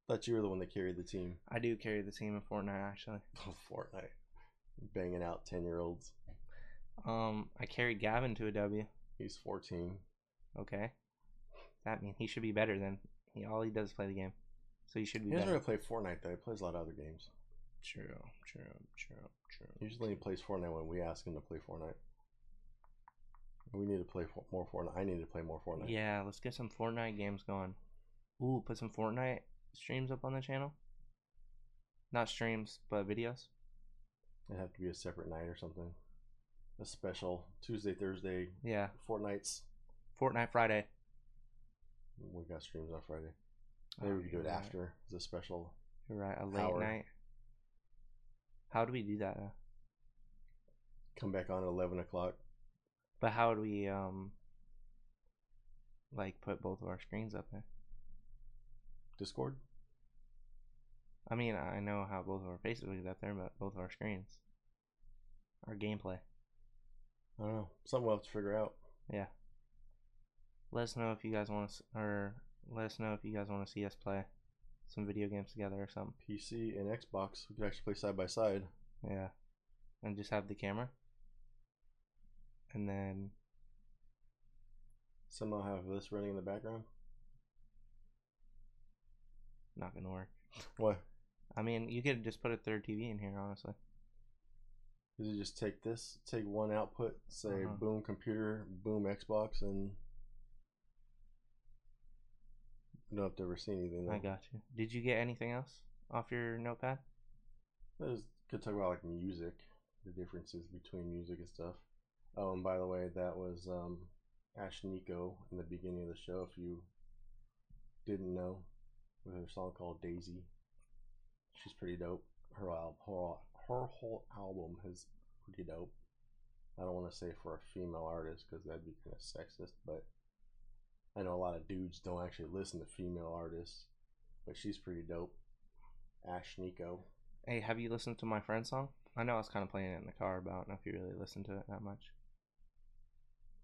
S2: Thought you were the one that carried the team. Oh,
S3: I do carry the team in Fortnite actually.
S2: Fortnite. Banging out 10 year olds.
S3: Um, I carried Gavin to a W.
S2: He's 14.
S3: Okay, that means he should be better than he. All he does is play the game, so he should
S2: He
S3: be
S2: doesn't
S3: better.
S2: really play Fortnite though. He plays a lot of other games.
S3: True, true, true, true.
S2: Usually he plays Fortnite when we ask him to play Fortnite. We need to play for- more Fortnite. I need to play more Fortnite.
S3: Yeah, let's get some Fortnite games going. Ooh, put some Fortnite streams up on the channel. Not streams, but videos.
S2: It'd have to be a separate night or something. A special Tuesday, Thursday
S3: Yeah,
S2: Fortnights.
S3: Fortnite Friday.
S2: We got streams on Friday. Maybe we could do it
S3: Alright.
S2: after the special.
S3: You're right, a late
S2: Hour.
S3: night. How do we do that? Though?
S2: Come back on at eleven o'clock.
S3: But how do we um like put both of our screens up there?
S2: Discord.
S3: I mean, I know how both of our Facebook is up there, but both of our screens, our gameplay.
S2: I don't know. Something we'll have to figure out.
S3: Let us know if you guys want to, or let us know if you guys want to see us play some video games together or something.
S2: PC and Xbox. We could actually play side by side.
S3: Yeah, and just have the camera, and then
S2: Somehow have this running in the background.
S3: not gonna work.
S2: What?
S3: I mean, you could just put a third TV in here, honestly.
S2: Did you just take this, take one output, say
S3: Uh-huh.
S2: boom computer, boom Xbox, and you don't have to ever see anything.
S3: I got you. Did you get anything else off your notepad?
S2: There's, could talk about like music, the differences between music and stuff. Oh, and by the way, that was um, Ash Nico in the beginning of the show. If you didn't know, with her song called Daisy, she's pretty dope. Her al- her, al- her whole album is pretty dope. I don't want to say for a female artist because that'd be kind of sexist, but I know a lot of dudes don't actually listen to female artists, but she's pretty dope. Ash Nico.
S3: Hey, have you listened to my friend song? I know I was kind of playing it in the car, but I don't know if you really listened to it that much.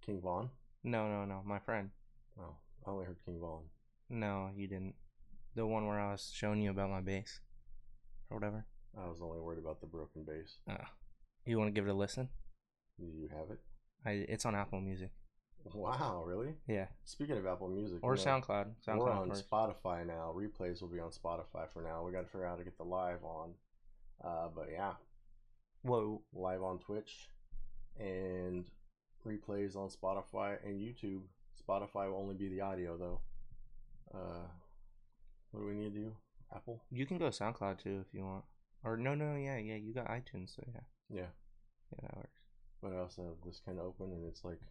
S2: King Vaughn?
S3: No, no, no, my friend.
S2: Oh, I only heard King Vaughn.
S3: No, you didn't. The one where I was showing you about my bass, or whatever.
S2: I was only worried about the broken bass.
S3: Uh, you want to give it a listen?
S2: Do you have it?
S3: I, it's on Apple Music.
S2: Wow, really?
S3: Yeah,
S2: Speaking of Apple Music,
S3: or
S2: you know,
S3: SoundCloud. SoundCloud
S2: we're on
S3: works.
S2: Spotify now. Replays will be on Spotify for now. We got to figure out how to get the live on. Uh, but yeah,
S3: Whoa,
S2: live on Twitch and replays on Spotify and YouTube. Spotify will only be the audio though. Uh, what do we need to do? Apple?
S3: you can go SoundCloud too if you want. Or no, no, yeah, yeah, you got iTunes, so yeah,
S2: Yeah.
S3: yeah, that works.
S2: But I also have this kind of open and it's like,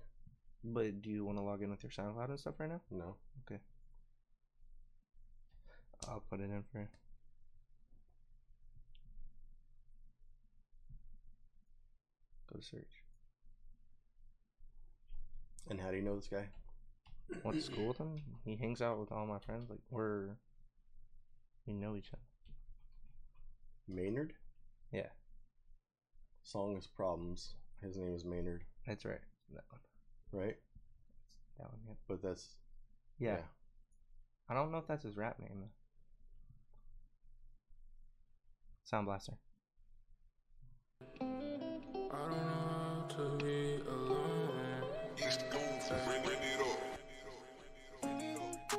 S3: But do you want to log in with your SoundCloud and stuff right now?
S2: no.
S3: I'll put it in for you. Go to search.
S2: And how do you know this guy?
S3: Went to school with him. He hangs out with all my friends. Like we're we know each other.
S2: Maynard?
S3: Yeah.
S2: Song is Problems. His name is Maynard,
S3: That's right. That one.
S2: right?
S3: That one. Yep.
S2: But that's
S3: Yeah. I don't know if that's his rap name. Though. Sound blaster.
S4: I don't know how to be alone.
S5: It's the gold for bringing it up.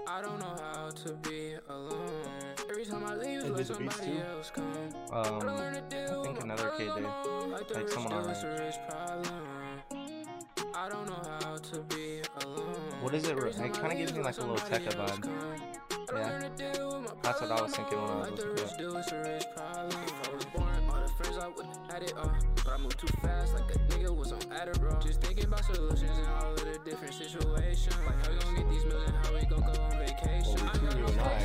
S4: I don't know how to be alone. Every time I leave,
S2: Hey, did
S4: let
S2: the beats
S4: somebody
S2: too?
S4: else come. I don't learn
S3: Um,
S4: to deal
S3: think
S4: with my
S3: another kid did.
S4: problem. Like, the
S3: Like,
S4: rich
S3: someone on
S4: do, it's
S3: our
S4: a rich problem. I don't know how to be alone.
S3: What is it?
S4: Every
S3: It
S4: time I
S3: kinda gives
S4: leave,
S3: me,
S4: let
S3: like, a little
S4: somebody
S3: Tekka
S4: else
S3: vibe.
S4: come. I don't
S3: Yeah.
S4: learn to deal with my
S3: That's what I was thinking when I was
S4: problem. Like, the
S3: listening to
S4: rich do, it's a rich problem. If I was born all the first, I would have had it all. But I moved too fast, like a nigga was on Adderall. Just thinking about solutions and all of the different situations. Like, how we gonna get these meals and how we gonna go on vacation.
S2: Well,
S4: I
S2: between you and
S4: got no
S2: I, we could
S4: patience.
S2: have
S4: Nigga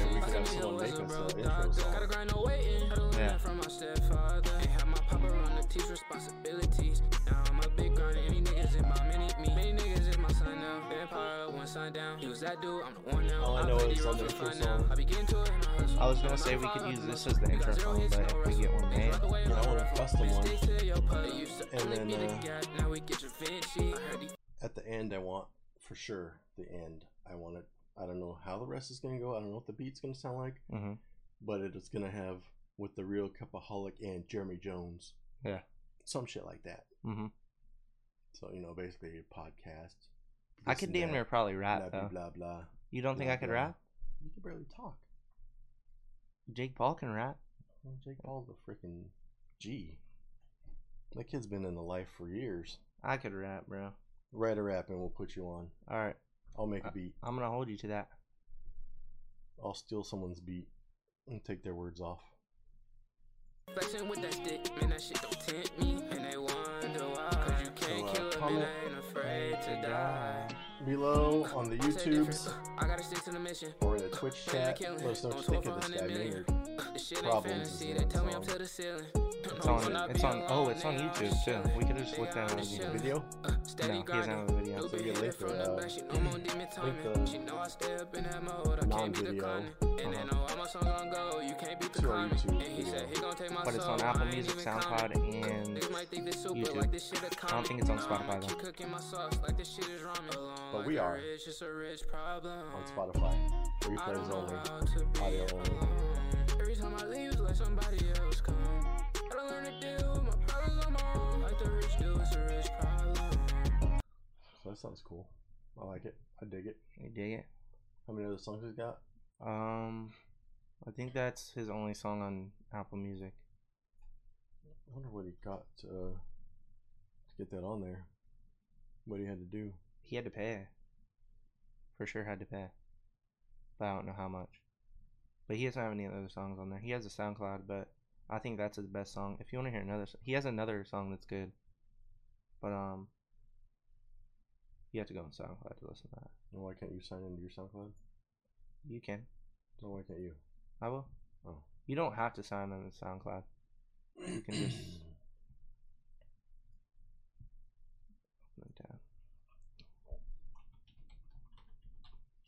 S2: someone
S4: was
S2: make
S4: a
S2: us
S4: real
S2: an intro
S4: doctor. Gotta
S2: song.
S4: grind no waiting. Had to learn
S3: Yeah.
S4: that from my stepfather. And had my papa run the teach responsibilities. Now I'm a big grinder. Any niggas in my mini me. Many niggas is my son now. Vampire when sundown. He was that dude. I'm the one now.
S2: All I know
S4: play
S2: is
S4: D-Roll
S2: Southern
S4: for
S2: True
S4: fun now.
S2: Soul.
S4: I be getting to it and I hustle.
S3: I was gonna
S4: I'm
S3: say
S4: not
S3: we could
S4: five,
S3: use
S4: I'm
S3: this
S4: not
S3: as the
S4: two.
S3: intro
S4: Got zero
S3: song,
S4: hits,
S3: but
S4: no
S3: if we
S4: wrestle.
S3: get one
S4: Niggas
S3: made,
S4: like the way
S2: Yeah, I
S4: I
S2: want a
S4: ruffle.
S2: custom
S4: We
S2: one.
S4: stick to your putt. You used to
S2: And
S4: only
S2: then,
S4: be the
S2: uh,
S4: cat, Now we get your Vinci. I heard he
S2: At the end, I want for sure the end. I want it. I don't know how the rest is gonna go. I don't know what the beat's gonna sound like,
S3: mm-hmm.
S2: but it's gonna have with the real Cupaholic and Jeremy Jones.
S3: Yeah.
S2: some shit like that.
S3: Mm-hmm.
S2: So you know, basically a podcast.
S3: I
S2: this
S3: could
S2: and
S3: damn
S2: that,
S3: near probably
S2: Blah
S3: rap
S2: blah
S3: though.
S2: blah blah.
S3: You don't think
S2: blah,
S3: I could
S2: blah.
S3: rap?
S2: You can barely talk.
S3: Jake Paul can rap.
S2: Well, Jake Paul's a freaking G. That kid's been in the life for years.
S3: I could rap, bro.
S2: Write a rap and we'll put you on.
S3: All right,
S2: I'll make
S3: Uh.
S2: a beat.
S3: I'm gonna hold you to that.
S2: I'll steal someone's beat and take their words off.
S4: Flexing with that stick, man, that shit don't tempt me. And they wonder why. Cause you can't
S2: So, uh,
S4: kill it,
S2: comment
S4: man, I ain't afraid to die.
S2: Below on the
S4: I said
S2: YouTubes
S4: different, uh, I gotta stick to the mission.
S2: or the Twitch
S4: Man, I
S2: chat,
S4: kill it.
S2: let us know what
S4: On
S2: you think of
S4: 12,
S2: this guy
S4: 100 million.
S2: Maynard.
S4: The shit ain't
S2: Problems is
S4: fantasy,
S2: the
S4: they
S2: name
S4: tell me
S2: of
S4: I'm
S2: the
S4: to the ceiling.
S3: It's on. It's on. Oh, it's on YouTube too. We could have just looked at it on YouTube.
S2: Video?
S3: No, he doesn't have a video.
S4: Loop it,
S2: get
S4: hit
S2: link
S4: it from
S2: for,
S4: the
S2: uh,
S4: back, she know my demon
S2: the
S4: timing. She know I stay up in that mode, I can't be
S2: non-video,
S4: declining. And they
S3: uh-huh.
S4: know all my songs on go, you can't beat the
S2: To our
S4: climbing.
S2: YouTube
S4: And he said
S2: video.
S4: he gon' take my
S3: But it's
S4: soul,
S3: on
S4: I
S3: Apple
S4: ain't
S3: Music,
S4: even counting.
S3: SoundCloud, and
S4: Niggas might think this super
S3: YouTube.
S4: like this shit a comic.
S3: I don't think it's on
S4: Nah, I'ma
S3: Spotify,
S4: keep cooking my sauce like this shit is ramen. Alone,
S2: But
S4: like
S2: we
S4: a
S2: are.
S4: rich, it's a rich problem.
S2: on Spotify.
S4: I don't
S2: Replays
S4: know
S2: only.
S4: how to be
S2: Audio only.
S4: alone. Every time I leave, let somebody else come. I don't learn to deal with my problems on my own. Like the rich do, it's a rich problem.
S2: So that sounds cool. I like it. I dig it.
S3: You dig it?
S2: How many other songs he's got?
S3: Um, I think that's his only song on Apple Music.
S2: I wonder what he got to, uh, to get that on there. What he had to do.
S3: He had to pay. For sure, had to pay. But I don't know how much. But he doesn't have any other songs on there. He has a SoundCloud, but I think that's his best song. If you want to hear another, s- he has another song that's good. But um, you have to go on SoundCloud to listen to that.
S2: And why can't you sign into your SoundCloud?
S3: You can.
S2: No, why can't you?
S3: I will.
S2: Oh.
S3: You don't have to sign on to SoundCloud. You can just open it down.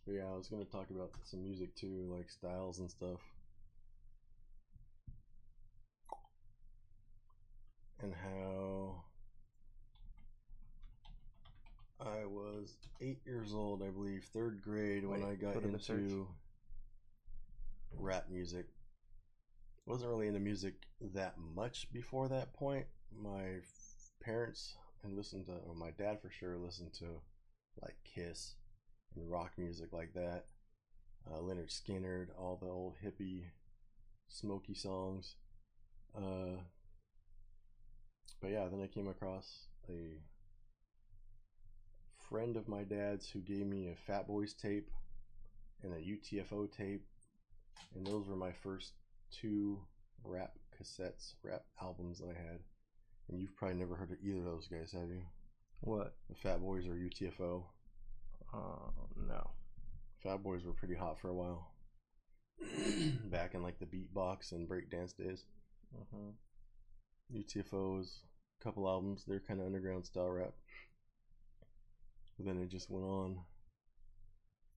S2: But yeah, I was gonna talk about some music too, like styles and stuff, and how I was eight years old, I believe, third grade, when
S3: Wait,
S2: I got
S3: go to the search.
S2: into rap music. Wasn't really into music that much before that point. My f- parents and listened to, or my dad for sure listened to, like Kiss and rock music like that. Uh, Leonard Skinner, all the old hippie, smoky songs. Uh, but yeah, then I came across a friend of my dad's who gave me a Fat Boys tape and a UTFO tape, and those were my first two rap cassettes, rap albums that I had. And you've probably never heard of either of those guys, have you?
S3: What?
S2: The Fat Boys or UTFO?
S3: Oh no.
S2: Fat Boys were pretty hot for a while. Back in like the beatbox and breakdance days.
S3: Mm-hmm.
S2: UTFOs, couple albums, they're kind of underground style rap. But then it just went on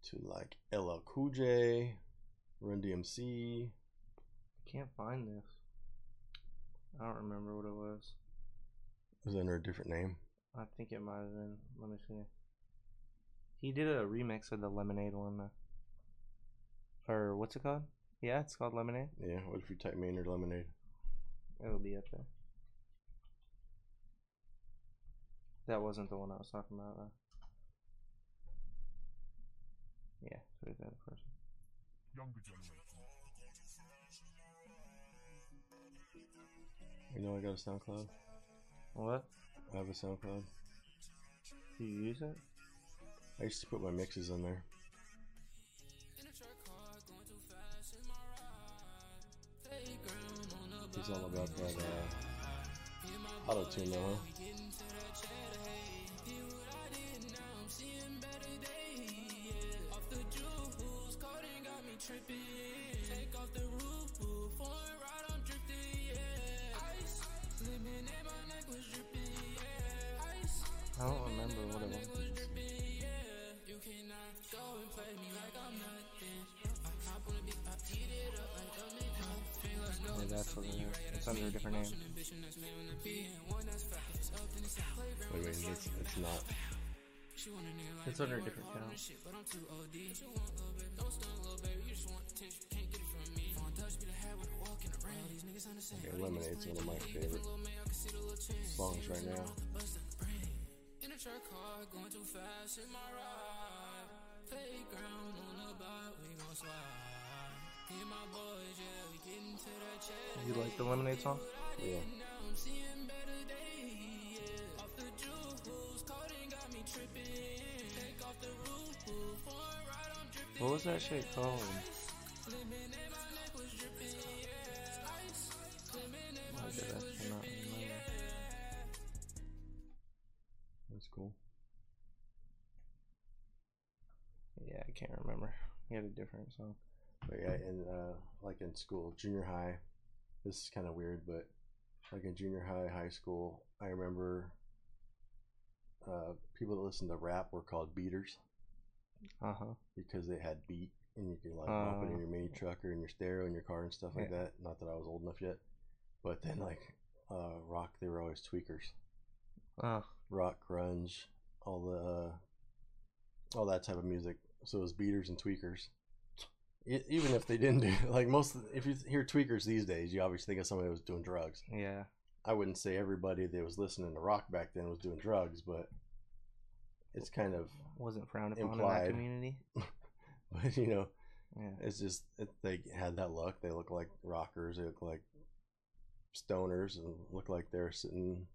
S2: to like LL Cool J, Run DMC.
S3: I can't find this. I don't remember what it was.
S2: It was under a different name.
S3: I think it might have been. Let me see. He did a remix of the Lemonade one, though. Or what's it called? Yeah, it's called Lemonade.
S2: Yeah, what if you type Maynard Lemonade?
S3: It'll be up there. That wasn't the one I was talking about, though. Yeah, put it that person.
S6: younger generation.
S2: You know, I got a SoundCloud.
S3: What?
S2: I have a SoundCloud.
S3: Do you use it?
S2: I used to put my mixes in there. It's all about that uh, auto tune, though. huh?
S3: I don't remember what it was. Yeah, that's what it is. It's under a different name.
S2: Wait, wait, it's, it's not.
S3: It's under a different account.
S2: Okay, Lemonade's one of my favorite songs right now.
S3: You like the lemonade song?
S2: Yeah.
S3: What was that shit called? Why did I cannot remember?
S2: That's cool.
S3: Yeah, I can't remember. He had a different song.
S2: But yeah, in uh, like in school, junior high, this is kind of weird, but like in junior high, high school, I remember uh, people that listened to rap were called beaters
S3: Uh huh.
S2: because they had beat and you could like bump it in
S3: Uh.
S2: your mini truck or in your stereo in your car and stuff like
S3: Yeah.
S2: that. Not that I was old enough yet, but then like uh, rock, they were always tweakers,
S3: Oh,
S2: rock, grunge, all the uh, all that type of music. So it was beaters and tweakers. E- even if they didn't do like most, if you hear tweakers these days, you obviously think of somebody that was doing drugs.
S3: yeah.
S2: I wouldn't say everybody that was listening to rock back then was doing drugs, but it's kind of,
S3: Wasn't frowned upon in
S2: Implied.
S3: that community.
S2: but you know,
S3: Yeah.
S2: It's just it, they had that look. They look like rockers. They look like stoners, and look like they're sitting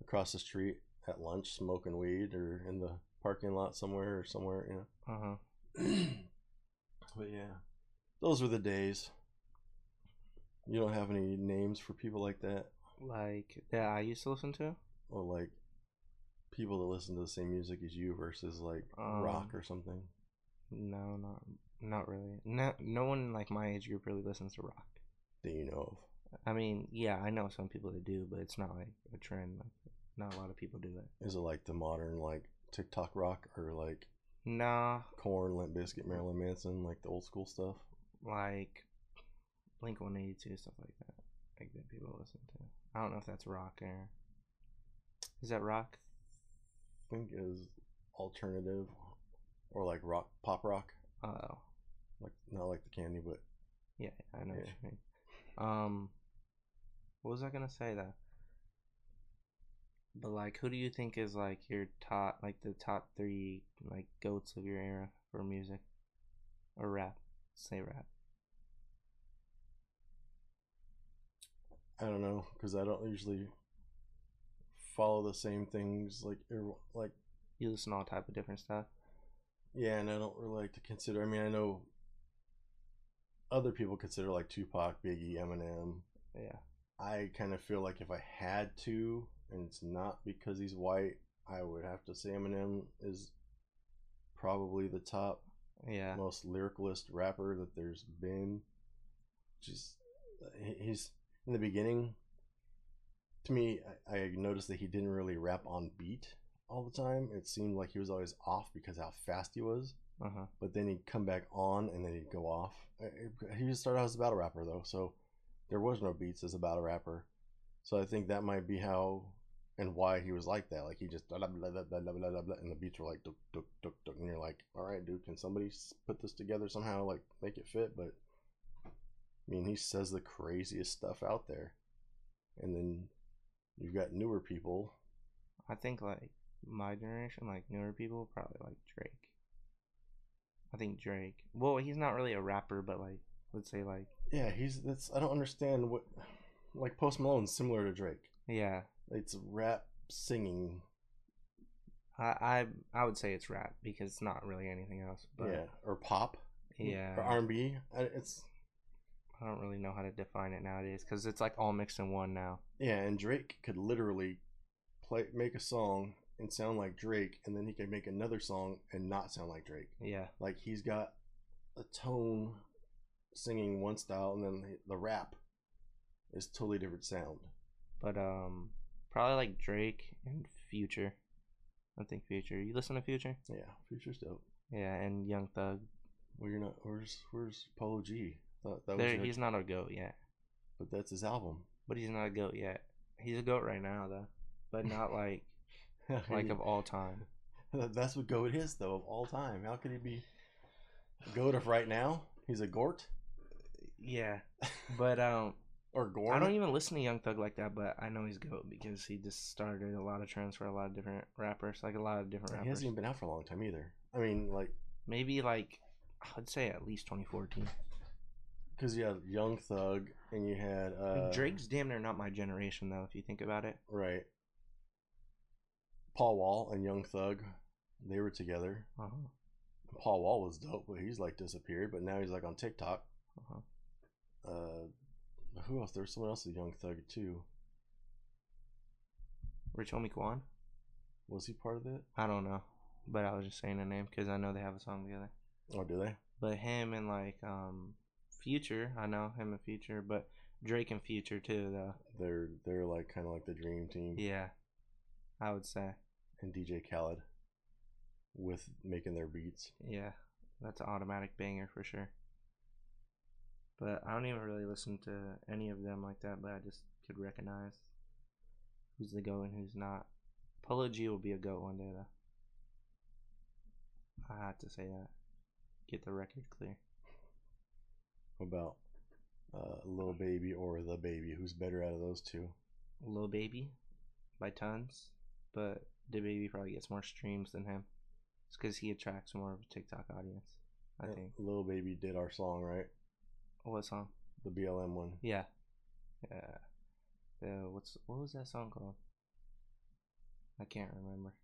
S2: across the street at lunch smoking weed, or in the parking lot somewhere, or somewhere, you know.
S3: Uh huh.
S2: but yeah, those were the days. You don't have any names for people like that,
S3: Like that I used to listen to.
S2: or like people that listen to the same music as you versus like
S3: Um,
S2: rock or something.
S3: No, not not really. No, no one like my age group really listens to rock.
S2: that you know
S3: I mean, yeah, I know some people that do, but it's not like a trend. Like, not a lot of people do it.
S2: of? Is it like the modern like TikTok rock, or like
S3: Nah,
S2: Corn, Limp Biscuit, Marilyn Manson, like the old school stuff.
S3: like Blink One Eighty Two stuff like that. Like that people listen to. I don't know if that's rock or is that rock?
S2: I think is alternative or like rock, pop rock,
S3: Oh,
S2: like not like the candy, but
S3: yeah, I know what
S2: Yeah.
S3: you mean. Um, what was I gonna say though? But like, who do you think is like your top, like the top three like goats of your era for music or rap? Say rap.
S2: I don't know because I don't usually follow the same things. Like everyone- like
S3: You listen to all type of different stuff.
S2: yeah, and I don't really like to consider. I mean, I know other people consider like Tupac, Biggie, Eminem.
S3: Yeah.
S2: I kind of feel like if I had to, and it's not because he's white, I would have to say Eminem is probably the top.
S3: Yeah.
S2: most lyricalist rapper that there's been. Just he- he's in the beginning. To me, I, I noticed that he didn't really rap on beat all the time. It seemed like he was always off because how fast he was.
S3: Uh huh.
S2: But then he'd come back on and then he'd go off. Uh, uh, He started out as a battle rapper though, so there was no beats as a battle rapper. So I think that might be how and why he was like that. Like he just blah blah blah blah blah blah blah, blah and the beats were like duk duk duk duk, and you're like, all right, dude, can somebody s- put this together somehow, like make it fit? But I mean, he says the craziest stuff out there. and then you've got newer people.
S3: I think like my generation, like newer people, probably like Drake. I think Drake. Well, he's not really a rapper, but like let's say like
S2: Yeah, he's that's I don't understand what like Post Malone's similar to Drake.
S3: yeah,
S2: It's rap singing,
S3: I I, I would say it's rap because it's not really anything else.
S2: yeah,
S3: But
S2: or pop,
S3: yeah,
S2: or R and B. It's
S3: I don't really know how to define it nowadays because it's like all mixed in one now.
S2: yeah, and Drake could literally play make a song and sound like Drake, and then he could make another song and not sound like Drake.
S3: Yeah,
S2: Like he's got a tone singing one style, and then the rap is totally different sound.
S3: but um, probably like Drake and Future. I think Future. You listen to Future?
S2: Yeah, Future's dope.
S3: Yeah, and Young Thug.
S2: Well, you're not. Where's Where's Polo G? Thought that was
S3: There,
S2: your-
S3: he's not a goat yet,
S2: but that's his album.
S3: but he's not a goat yet. He's a goat right now though, but not like like of all time.
S2: that's what goat is though of all time. How could he be goat of right now? He's a gort
S3: Yeah, but um,
S2: or gorn.
S3: I don't even listen to Young Thug like that, but I know he's goat because he just started a lot of trends for a lot of different rappers, like a lot of different
S2: He
S3: rappers.
S2: hasn't even been out for a long time either. I mean, like,
S3: Maybe like I'd say at least 2014.
S2: cause you had Young Thug and you had uh,
S3: Drake's damn near not my generation though, if you think about it.
S2: right? Paul Wall and Young Thug, they were together.
S3: Uh-huh.
S2: Paul Wall was dope, but he's like disappeared. But now he's like on TikTok.
S3: Uh-huh.
S2: Uh, who else? There was someone else with Young Thug too.
S3: Rich Homie Quan.
S2: Was he part of it?
S3: I don't know, but I was just saying the name because I know they have a song together.
S2: Or Oh, do they?
S3: But him and like um Future, I know him and Future, but Drake and Future too though.
S2: They're they're like kind of like the dream team.
S3: Yeah, I would say
S2: and DJ Khaled with making their beats.
S3: yeah, that's an automatic banger for sure. But I don't even really listen to any of them like that, but I just could recognize who's the go and who's not. Polo G will be a goat one day though. I have to say that. Get the record clear.
S2: About uh, Lil Baby or The Baby, who's better out of those two?
S3: Lil Baby by tons, but the baby probably gets more streams than him. It's because he attracts more of a TikTok audience, I
S2: Yeah,
S3: think.
S2: Lil Baby did our song right,
S3: What song?
S2: the BLM one.
S3: Yeah, yeah. The what's what was that song called? I can't remember.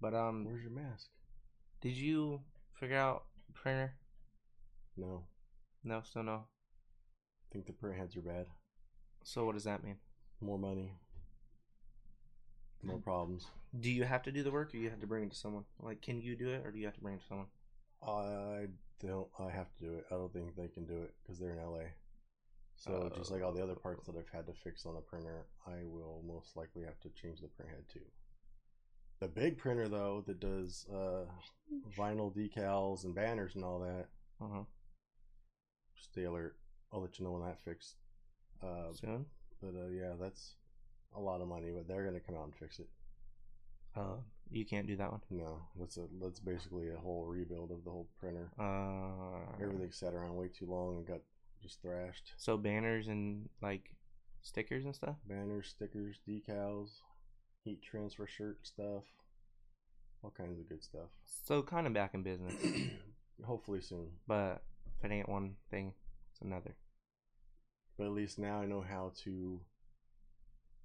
S3: But um,
S2: Where's your mask?
S3: did you figure out printer?
S2: No,
S3: No, still no.
S2: I think the print heads are bad.
S3: So what does that mean?
S2: More money,
S3: Mm.
S2: more problems.
S3: Do you have to do the work, or you have to bring it to someone? Like, can you do it, or do you have to bring it to someone?
S2: I don't. I have to do it. I don't think they can do it because they're in LA. So just like all the other parts that I've had to fix on the printer, I will most likely have to change the print head too. The big printer though that does uh, vinyl decals and banners and all that.
S3: Uh huh.
S2: Stay alert. I'll let you know when that fixed. Uh,
S3: Soon.
S2: but uh, yeah, that's a lot of money, but they're gonna come out and fix it.
S3: Uh, you can't do that one.
S2: No, that's a that's basically a whole rebuild of the whole printer.
S3: Uh,
S2: Everything sat around way too long and got just thrashed.
S3: So banners and like stickers and stuff.
S2: banners, stickers, decals, heat transfer shirt stuff, all kinds of good stuff.
S3: So kind of back in business,
S2: Hopefully soon.
S3: but if it ain't one thing, it's another.
S2: But at least now I know how to.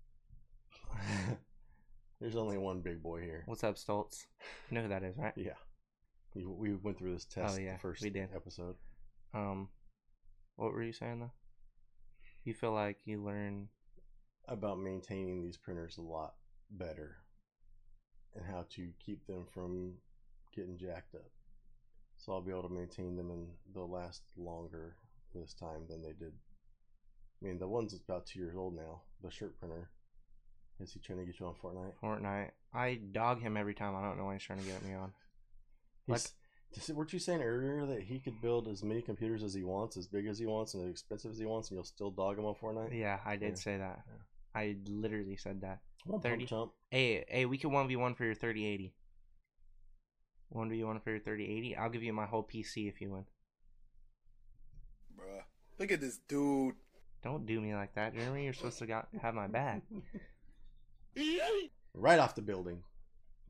S2: There's only one big boy here.
S3: What's up, Stoltz? You know who that is, right?
S2: Yeah. We- We went through this test
S3: Oh, yeah,
S2: the first
S3: we did.
S2: episode.
S3: Um, what were you saying though? You feel like you learn
S2: about maintaining these printers a lot better and how to keep them from getting jacked up. So I'll be able to maintain them and they'll last longer this time than they did. I mean, the one's about two years old now, the shirt printer. Is he trying to get you on Fortnite?
S3: Fortnite. I dog him every time. I don't know why he's trying to get me on.
S2: He's, just- weren't you saying earlier that he could build as many computers as he wants, as big as he wants, and as expensive as he wants, and you'll still dog him on Fortnite?
S3: Yeah, I did
S2: Yeah.
S3: say that. I literally said that.
S2: One
S3: 30.
S2: pump chump.
S3: Hey, hey, we can one v one for your thirty eighty. One v one for your thirty eighty. I'll give you my whole PC if you win.
S7: Bruh. Look at this dude.
S3: Don't do me like that, Jeremy. You're supposed to got, have my back.
S2: Right off the building.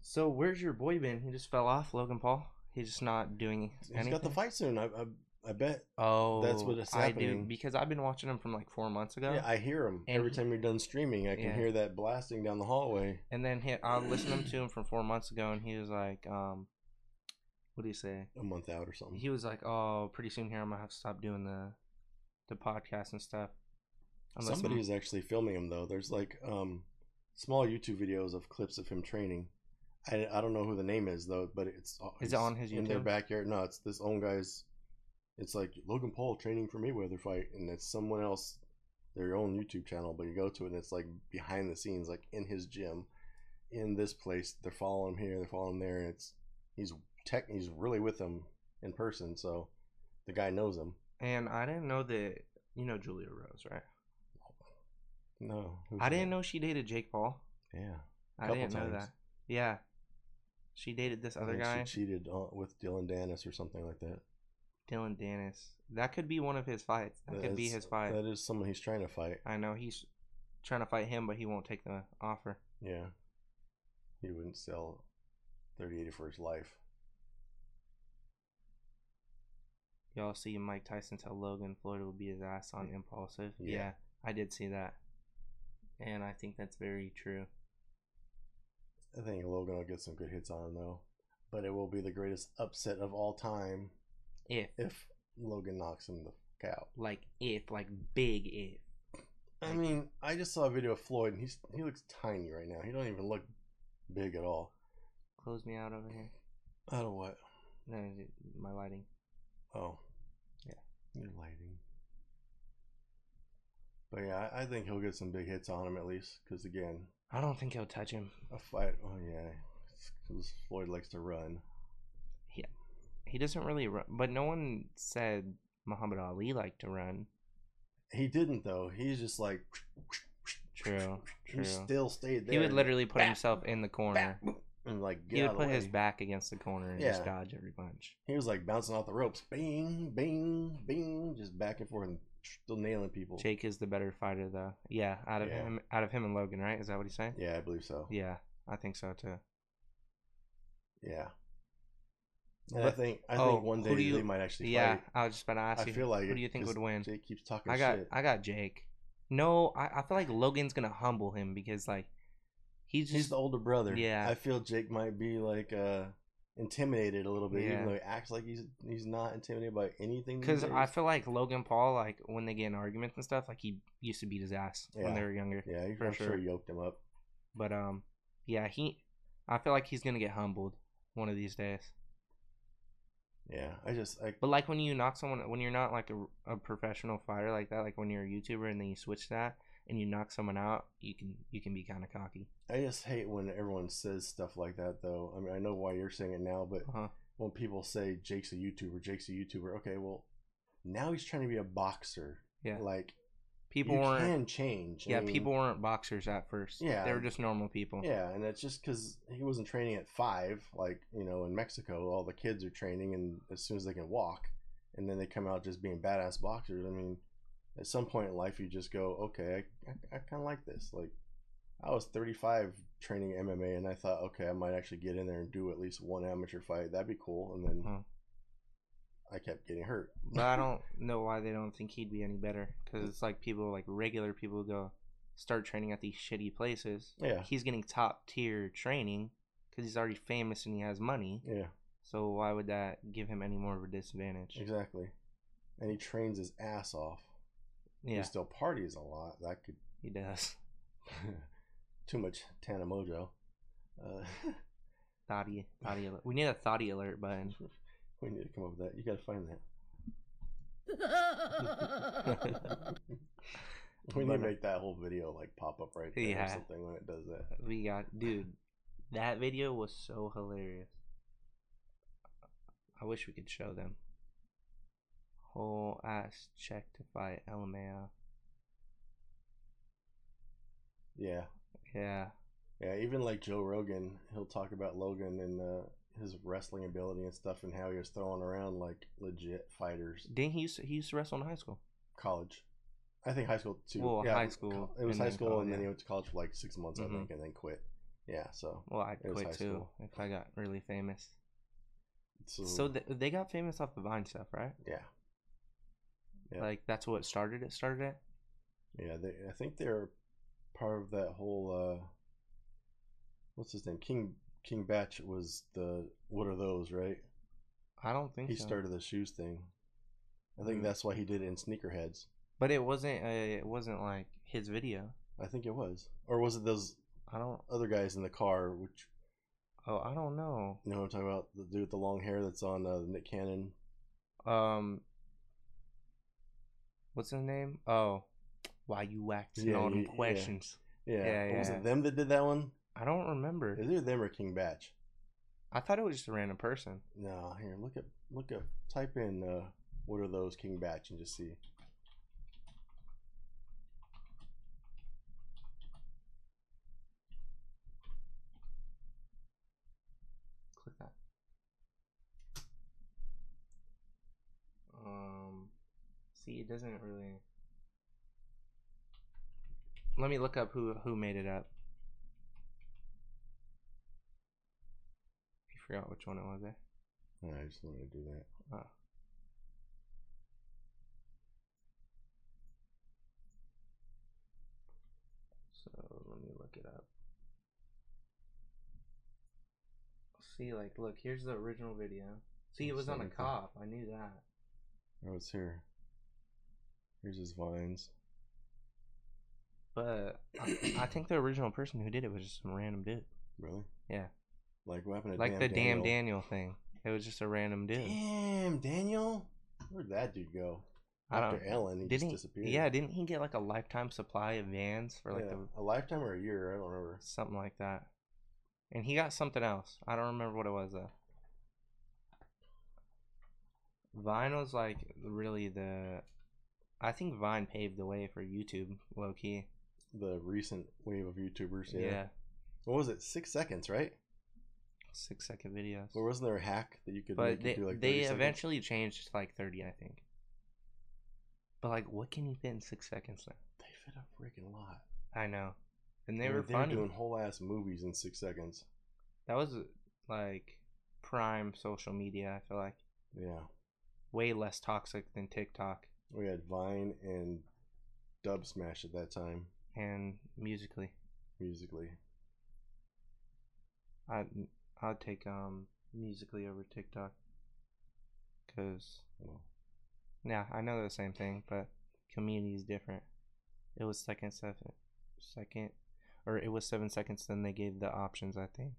S3: So where's your boy been? He just fell off, Logan Paul. He's just not doing anything.
S2: He's got the fight soon. I, I, I bet.
S3: Oh,
S2: That's what it's
S3: I do
S2: happening.
S3: because I've been watching him from like four months ago,
S2: Yeah, I hear him
S3: And
S2: every
S3: he-
S2: time you're done streaming. I can
S3: Yeah.
S2: hear that blasting down the hallway.
S3: and then he, I'm listening to him from four months ago, and he was like, um, "What do you say?"
S2: A month out or something.
S3: He was like, "Oh, pretty soon here, I'm gonna have to stop doing the, the podcast and stuff." Unless I'm-
S2: Somebody is actually filming him though. There's like um, small YouTube videos of clips of him training. I, I don't know who the name is though, but it's uh,
S3: Is it
S2: it's
S3: on his
S2: in their
S3: YouTube?
S2: backyard. No, it's this own guy's. It's like Logan Paul training for Mayweather fight, and it's someone else, their own YouTube channel. But you go to it, and it's like behind the scenes, like in his gym, in this place. They're following him here, they're following him there. And it's he's tech, he's really with them in person, so the guy knows him.
S3: and I didn't know that you know Julia Rose, right?
S2: No, who's
S3: I
S2: that?
S3: didn't know she dated Jake Paul.
S2: Yeah.
S3: I
S2: Couple
S3: didn't know
S2: times.
S3: that. Yeah, she dated this other
S2: think
S3: guy.
S2: She cheated uh, with Dylan Dennis or something like that.
S3: Dylan Dennis. That could be one of his fights. That could be
S2: That's-
S3: his fight.
S2: That is someone he's trying to fight.
S3: I know he's trying to fight him, but he won't take the offer.
S2: Yeah. He wouldn't sell 38 for his life.
S3: Y'all see Mike Tyson tell Logan Floyd will beat his ass on impulsive. Yeah.
S2: Yeah.
S3: I did see that, and I think that's very true.
S2: I think Logan will get some good hits on him, though. But it will be the greatest upset of all time
S3: If
S2: if Logan knocks him the fuck out.
S3: like if like big if.
S2: I mean, I just saw a video of Floyd, and he's he looks tiny right now. He don't even look big at all.
S3: Close me out over here.
S2: Out of what?
S3: No, dude, my lighting.
S2: Oh.
S3: Yeah.
S2: Your lighting. But yeah, I, I think he'll get some big hits on him at least. Because again,
S3: I don't think he'll touch him.
S2: a fight. Oh, yeah. Because Floyd likes to run.
S3: He doesn't really run, but no one said Muhammad Ali liked to run.
S2: He didn't, though. He's just like.
S3: True,
S2: He
S3: true.
S2: still stayed there.
S3: He would
S2: and-
S3: literally put himself in the corner.
S2: And like, get
S3: He
S2: out
S3: would
S2: of the
S3: put his
S2: way.
S3: back against the corner and just
S2: Yeah.
S3: dodge every punch.
S2: He was like bouncing off the ropes. Bing, bing, bing. Just back and forth and still nailing people.
S3: Jake is the better fighter though. Yeah, out of
S2: Yeah.
S3: him out of him and Logan, right? Is that what he's saying?
S2: Yeah, I believe so. Yeah.
S3: Yeah, I think so too.
S2: And I
S3: But-
S2: think I
S3: oh,
S2: think one
S3: who
S2: day
S3: do you-
S2: they might actually
S3: yeah,
S2: fight.
S3: I was just about to ask
S2: I
S3: you.
S2: feel like
S3: who
S2: it
S3: do you think
S2: just-
S3: would win?
S2: Jake keeps talking
S3: I got
S2: shit.
S3: I got Jake. No, I, I feel like Logan's gonna humble him because like he's just
S2: He's the older brother.
S3: Yeah.
S2: I feel Jake might be like uh intimidated a little bit,
S3: Yeah.
S2: even though he acts like he's he's not intimidated by anything.
S3: because
S2: these
S3: I
S2: days.
S3: feel like Logan Paul like when they get in arguments and stuff like he used to beat his ass when
S2: Yeah.
S3: they were younger.
S2: yeah, he,
S3: for
S2: I'm sure.
S3: sure.
S2: he yoked him up.
S3: But um, yeah, he I feel like he's gonna get humbled one of these days.
S2: Yeah, I just I
S3: But like when you knock someone, when you're not like a, a professional fighter like that, like when you're a YouTuber and then you switch that and you knock someone out, you can you can be kind of cocky.
S2: I just hate when everyone says stuff like that though. I mean, I know why you're saying it now, but
S3: Uh-huh.
S2: when people say Jake's a YouTuber, Jake's a YouTuber, okay, well now he's trying to be a boxer.
S3: Yeah,
S2: Like
S3: people
S2: you
S3: weren't.
S2: can change. I
S3: yeah,
S2: mean,
S3: people weren't boxers at first.
S2: Mm. Yeah.
S3: they were just normal people.
S2: Yeah, and it's just because he wasn't training at five, like you know, in Mexico, all the kids are training, and as soon as they can walk, and then they come out just being badass boxers. I mean, at some point in life, you just go, okay, I, I, I kind of like this. Like, I was 35 training MMA, and I thought, okay, I might actually get in there and do at least one amateur fight. That'd be cool. And then
S3: Huh.
S2: I kept getting hurt.
S3: Uh-huh. But I don't know why they don't think he'd be any better because it's like people like regular people go start training at these shitty places.
S2: Yeah.
S3: he's getting top tier training because he's already famous and he has money.
S2: Yeah,
S3: So why would that give him any more of a disadvantage?
S2: exactly. And he trains his ass off.
S3: Yeah,
S2: He still parties a lot. That could
S3: he does.
S2: too much Tana Mojo. Uh,
S3: Thoughty, thoughty alert. We need a thoughty alert button.
S2: we need to come up with that. You got to find that. We need to
S3: But, uh,
S2: make that whole video like pop up right there or
S3: Yeah.
S2: something when it does that.
S3: We got, dude. That video was so hilarious. I wish we could show them. Whole ass check to fight LMAO.
S2: Yeah,
S3: Yeah,
S2: yeah. Even like Joe Rogan, he'll talk about Logan and uh, his wrestling ability and stuff, and how he was throwing around like legit fighters.
S3: didn't he used to, he used to wrestle in high school?
S2: College, I I think high school too.
S3: Well,
S2: yeah,
S3: high
S2: it was
S3: school
S2: co- It was
S3: and
S2: high
S3: then
S2: school,
S3: college,
S2: and then
S3: yeah.
S2: he went to college for like six months,
S3: Mhm.
S2: I think, and then quit. Yeah, so
S3: Well, I
S2: was high
S3: quit too
S2: school.
S3: if I got really famous.
S2: so,
S3: So th- they got famous off the Vine stuff, right?
S2: yeah, Yeah.
S3: Like that's what started it. Started it.
S2: yeah. They, I think they're part of that whole. uh What's his name? King King Batch was the what are those right?
S3: I don't think
S2: He
S3: so.
S2: started the shoes thing. I think
S3: Mm.
S2: that's why he did it in sneakerheads.
S3: but it wasn't. A, it wasn't like his video.
S2: I think it was, or was it those
S3: I don't.
S2: other guys in the car? Which
S3: Oh, I don't know.
S2: you know what I'm talking about? The dude with the long hair that's on uh, Nick Cannon.
S3: Um, what's his name? Oh, why you waxing
S2: Yeah,
S3: on
S2: yeah, yeah.
S3: questions?
S2: Yeah,
S3: Yeah,
S2: was
S3: yeah.
S2: it them that did that one?
S3: I don't remember.
S2: Is it them or King Batch?
S3: I thought it was just a random person.
S2: No, here look up, look up, type in uh, what are those King Batch and just see.
S3: Click that. Um, see, it doesn't really. Let me look up who who made it up. I forgot which one it was. Eh?
S2: No, I just wanted to do that.
S3: Oh. So let me look it up. See, like, look, here's the original video. See, it
S2: Let's
S3: was on a
S2: look at that.
S3: cop. I knew that.
S2: Oh, it's here. Here's his vines.
S3: But I, I think the original person who did it was just some random dude.
S2: Really?
S3: Yeah.
S2: Like what happened to
S3: Like
S2: damn
S3: the damn
S2: Daniel?
S3: Daniel thing. It was just a random dude.
S2: Damn Daniel, where'd that dude go?
S3: I
S2: After
S3: don't.
S2: Ellen, he
S3: Didn't
S2: just
S3: he?
S2: disappeared.
S3: Yeah, didn't he get like a lifetime supply of vans for like
S2: Yeah,
S3: the
S2: a lifetime or a year? I don't remember.
S3: something like that. And he got something else. I don't remember what it was though. Vine was like really the, I think Vine paved the way for YouTube, low key.
S2: The recent wave of YouTubers.
S3: Yeah,
S2: Yeah. What was it? Six seconds, right?
S3: six second videos.
S2: Or wasn't there a hack that you could
S3: but
S2: make
S3: they
S2: it do like
S3: they
S2: 30 seconds?
S3: eventually changed to like thirty, I think. But like, what can you fit in six seconds then?
S2: They fit a freaking lot.
S3: I know, and they
S2: I mean,
S3: were
S2: they were
S3: funny.
S2: doing whole ass movies in six seconds.
S3: That was like prime social media. I feel like
S2: Yeah.
S3: way less toxic than TikTok.
S2: We had Vine and Dub Smash at that time,
S3: and musically
S2: musically.
S3: i i'd take um musically over tiktok because
S2: Well,
S3: yeah i know they're the same thing but community is different it was second second second or it was seven seconds then they gave the options i think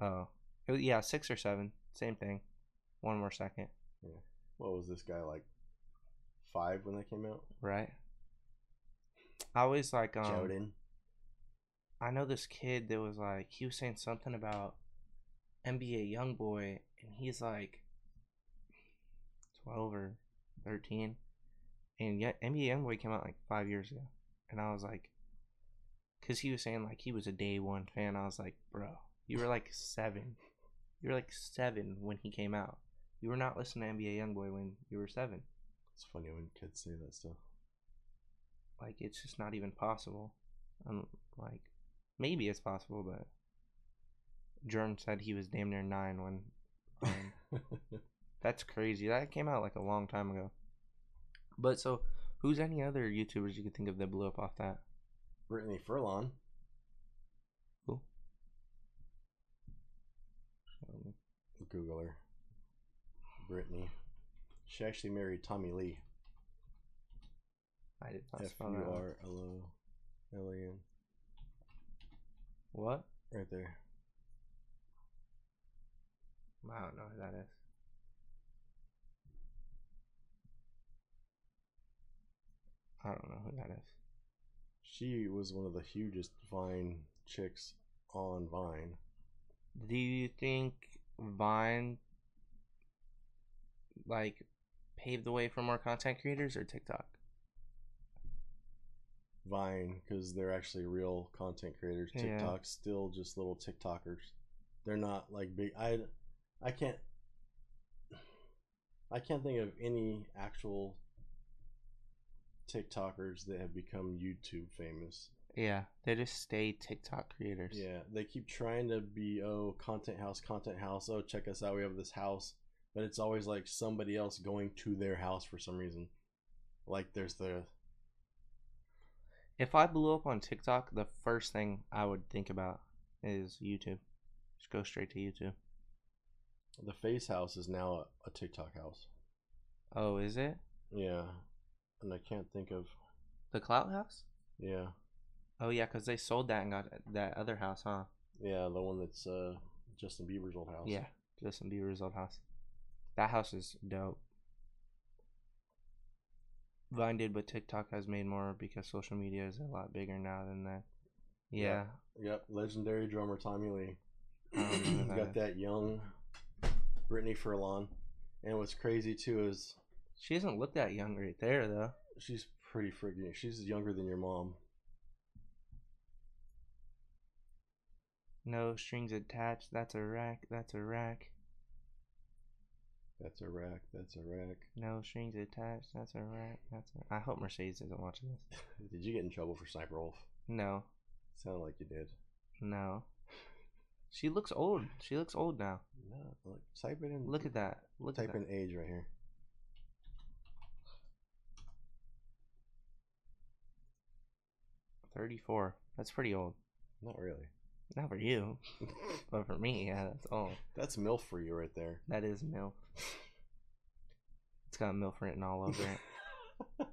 S3: oh it was, yeah six or seven same thing one more second
S2: what was this guy like? Five when that came out?
S3: right i always like um
S2: Jordan.
S3: I know this kid that was like he was saying something about NBA young boy and he's like twelve or thirteen. And yet NBA young boy came out like five years ago. And I was like because he was saying like he was a day one fan, I was like, bro, you were like seven. You were like seven when he came out. You were not listening to NBA Youngboy when you were seven.
S2: It's funny when kids say that stuff.
S3: Like it's just not even possible. Um, like maybe it's possible, but Jordan said he was damn near nine when. Um, that's crazy. That came out like a long time ago. But so, who's any other YouTubers you could think of that blew up off that?
S2: Brittany Furlon.
S3: Who? Um,
S2: Google her. Brittany. She actually married Tommy Lee.
S3: I did not
S2: F
S3: spell
S2: U
S3: that. out.
S2: R L O L E N.
S3: What?
S2: Right there.
S3: I don't know who that is. I don't know who that is.
S2: She was one of the hugest Vine chicks on Vine.
S3: Do you think Vine like paved the way for more content creators or TikTok?
S2: Vine because they're actually real content creators.
S3: Yeah.
S2: TikTok still just little TikTokers. They're not like big. I, I can't. I can't think of any actual TikTokers that have become YouTube famous.
S3: Yeah, they just stay TikTok creators.
S2: Yeah, they keep trying to be oh content house, content house. Oh, check us out. We have this house, but it's always like somebody else going to their house for some reason. Like there's the
S3: If I blew up on TikTok, the first thing I would think about is YouTube. Just go straight to YouTube.
S2: the face house is now a, a TikTok house.
S3: Oh, is it
S2: Yeah, and I can't think of
S3: the Clout House?
S2: yeah
S3: Oh yeah, because they sold that and got that other house, huh?
S2: yeah the one that's uh Justin Bieber's old house.
S3: Yeah, Justin Bieber's old house. That house is dope. Vine did what TikTok has made more because social media is a lot bigger now than that. Yeah,
S2: Yeah. Yep, legendary drummer Tommy Lee.
S3: Um,
S2: Got that young Brittany Furlon. And what's crazy too is
S3: she doesn't look that young right there though.
S2: she's pretty freaking. She's younger than your mom.
S3: No strings attached. That's a rack. That's a rack.
S2: That's a rack. That's a rack.
S3: No strings attached. That's a rack. That's. A... I hope Mercedes isn't watching this.
S2: Did you get in trouble for Sniper Wolf?
S3: No,
S2: Sounded like you did.
S3: no. She looks old. She looks old now.
S2: No, look, type it in.
S3: Look at that. Look
S2: Type
S3: at that.
S2: in age right here.
S3: Thirty-four. That's pretty old.
S2: Not really.
S3: Not for you, but for me, yeah, that's old.
S2: That's milf for you right there.
S3: That is milf. It's got milf written all over it.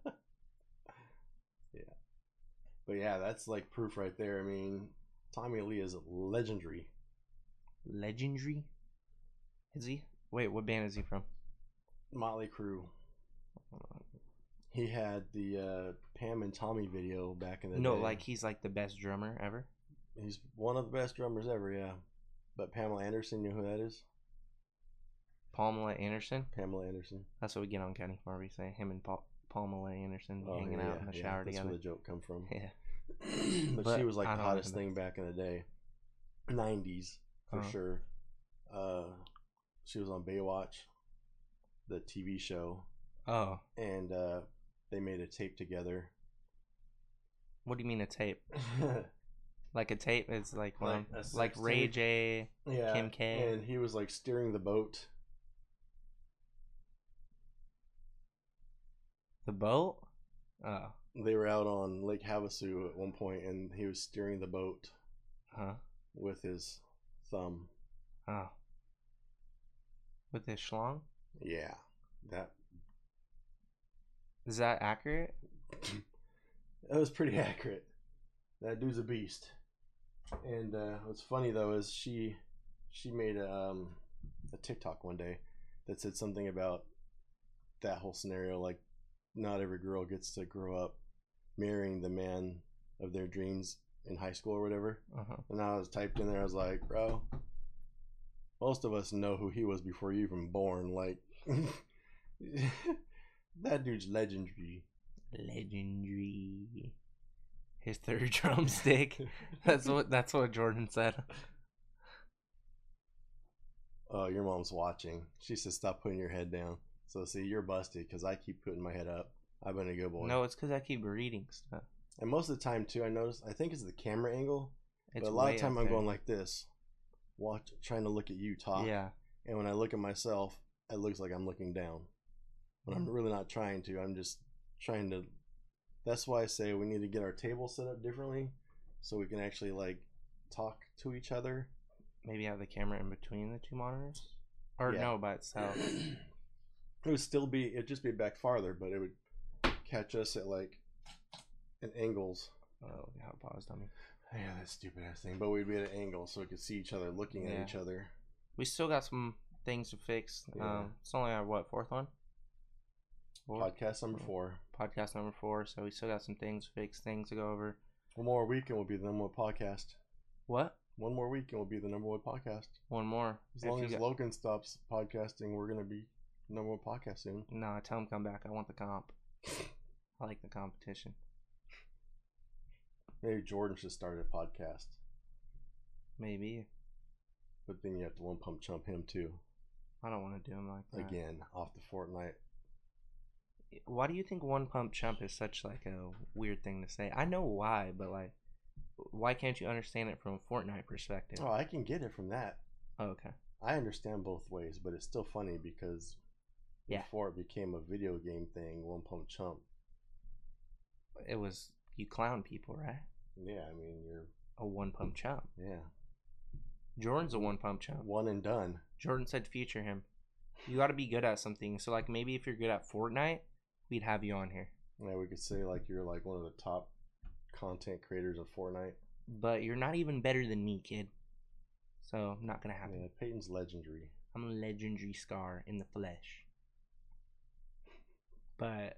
S2: But yeah, that's like proof right there. I mean, Tommy Lee is legendary.
S3: Legendary. Is he? Wait, what band is he from?
S2: Motley Crue. He had the uh, Pam and Tommy video back in the
S3: No,
S2: day.
S3: like he's like the best drummer ever.
S2: He's one of the best drummers ever, yeah. But Pamela Anderson, you know who that is?
S3: Pamela Anderson.
S2: Pamela Anderson.
S3: That's what we get on County Farm. We say him and Paul, Pamela Anderson
S2: Oh,
S3: hanging
S2: yeah,
S3: out in the
S2: yeah,
S3: shower
S2: that's
S3: together.
S2: where the joke come from.
S3: Yeah.
S2: but,
S3: But
S2: she was like
S3: I
S2: the
S3: don't
S2: hottest thing
S3: recognize-
S2: back in the day, nineties for
S3: Uh-huh.
S2: sure. Uh, she was on Baywatch, the TV show,
S3: Oh,
S2: and uh, they made a tape together.
S3: what do you mean a tape? Like a tape is like one
S2: Like a sex
S3: like Ray
S2: tape.
S3: J.
S2: yeah,
S3: Kim K.
S2: and he was like steering the boat.
S3: The boat. Oh,
S2: They were out on Lake Havasu at one point, and he was steering the boat
S3: huh.
S2: with his thumb.
S3: Oh. With his schlong.
S2: Yeah, that
S3: Is that accurate?
S2: That was pretty accurate. That dude's a beast. And uh, what's funny though is she she made a, um, a TikTok one day that said something about that whole scenario. Like, not every girl gets to grow up marrying the man of their dreams in high school or whatever.
S3: Uh huh.
S2: And I was typed in there. I was like, bro, most of us know who he was before you even born. Like, that dude's legendary.
S3: Legendary. His third drumstick. that's what that's what Jordan said.
S2: Oh, your mom's watching. She says, "Stop putting your head down." So see, you're busted because I keep putting my head up. I've been a good boy.
S3: No, it's because I keep reading stuff.
S2: and most of the time too, I notice. I think it's the camera angle,
S3: It's
S2: but a lot
S3: way
S2: of time
S3: up
S2: I'm
S3: there.
S2: going like this, watch, trying to look at you talk.
S3: Yeah.
S2: And when I look at myself, it looks like I'm looking down, but I'm really not trying to. I'm just trying to. That's why I say we need to get our table set up differently, so we can actually like talk to each other.
S3: Maybe have the camera in between the two monitors. Or
S2: Yeah.
S3: no, by itself.
S2: Um, it would still be it'd just be back farther but it would catch us at like an angles
S3: oh, yeah, it paused on me.
S2: yeah that stupid ass thing but we'd be at an angle so we could see each other looking
S3: Yeah.
S2: at each other
S3: We still got some things to fix.
S2: Yeah.
S3: Um, it's only our what fourth one. Fourth?
S2: podcast number four
S3: Podcast number four. So we still got some things to fix, things to go over.
S2: one more week and we'll be the number one podcast
S3: What?
S2: one more week and we'll be the number one podcast
S3: One more.
S2: as
S3: If
S2: long
S3: you
S2: as
S3: got-
S2: logan stops podcasting we're gonna be number one podcast soon
S3: No, tell him come back. I want the comp. I like the competition.
S2: maybe jordan should start a podcast
S3: Maybe
S2: but then you have to one pump chump him too
S3: I don't want to do him like that.
S2: again off the fortnite
S3: why do you think one pump chump is such like a weird thing to say? I know why, but like, why can't you understand it from a Fortnite perspective?
S2: Oh, I can get it from that.
S3: Oh, okay.
S2: I understand both ways, but it's still funny because
S3: Yeah.
S2: before it became a video game thing, One Pump Chump.
S3: It was you clown people, right?
S2: Yeah, I mean you're
S3: A one pump chump.
S2: yeah
S3: Jordan's a one pump chump.
S2: one and done.
S3: Jordan said future him. You got to be good at something. So like maybe if you're good at Fortnite, we'd have you on here.
S2: Yeah, we could say like you're like one of the top content creators of Fortnite.
S3: But you're not even better than me, kid. So not gonna happen.
S2: Yeah, Peyton's legendary.
S3: I'm a legendary scar in the flesh. But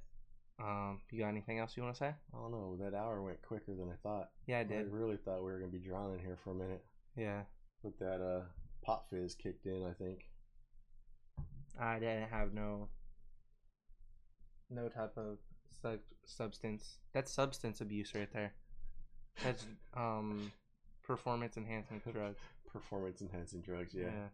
S3: um, you got anything else you want to say?
S2: I don't know. That hour went quicker than I thought.
S3: Yeah, I
S2: I
S3: did.
S2: really thought we were gonna be drowning here for a minute,
S3: Yeah,
S2: but that uh pop fizz kicked in. I think.
S3: I didn't have no no type of sub- substance. That's substance abuse right there. That's um performance enhancement drugs.
S2: Performance enhancing drugs. yeah.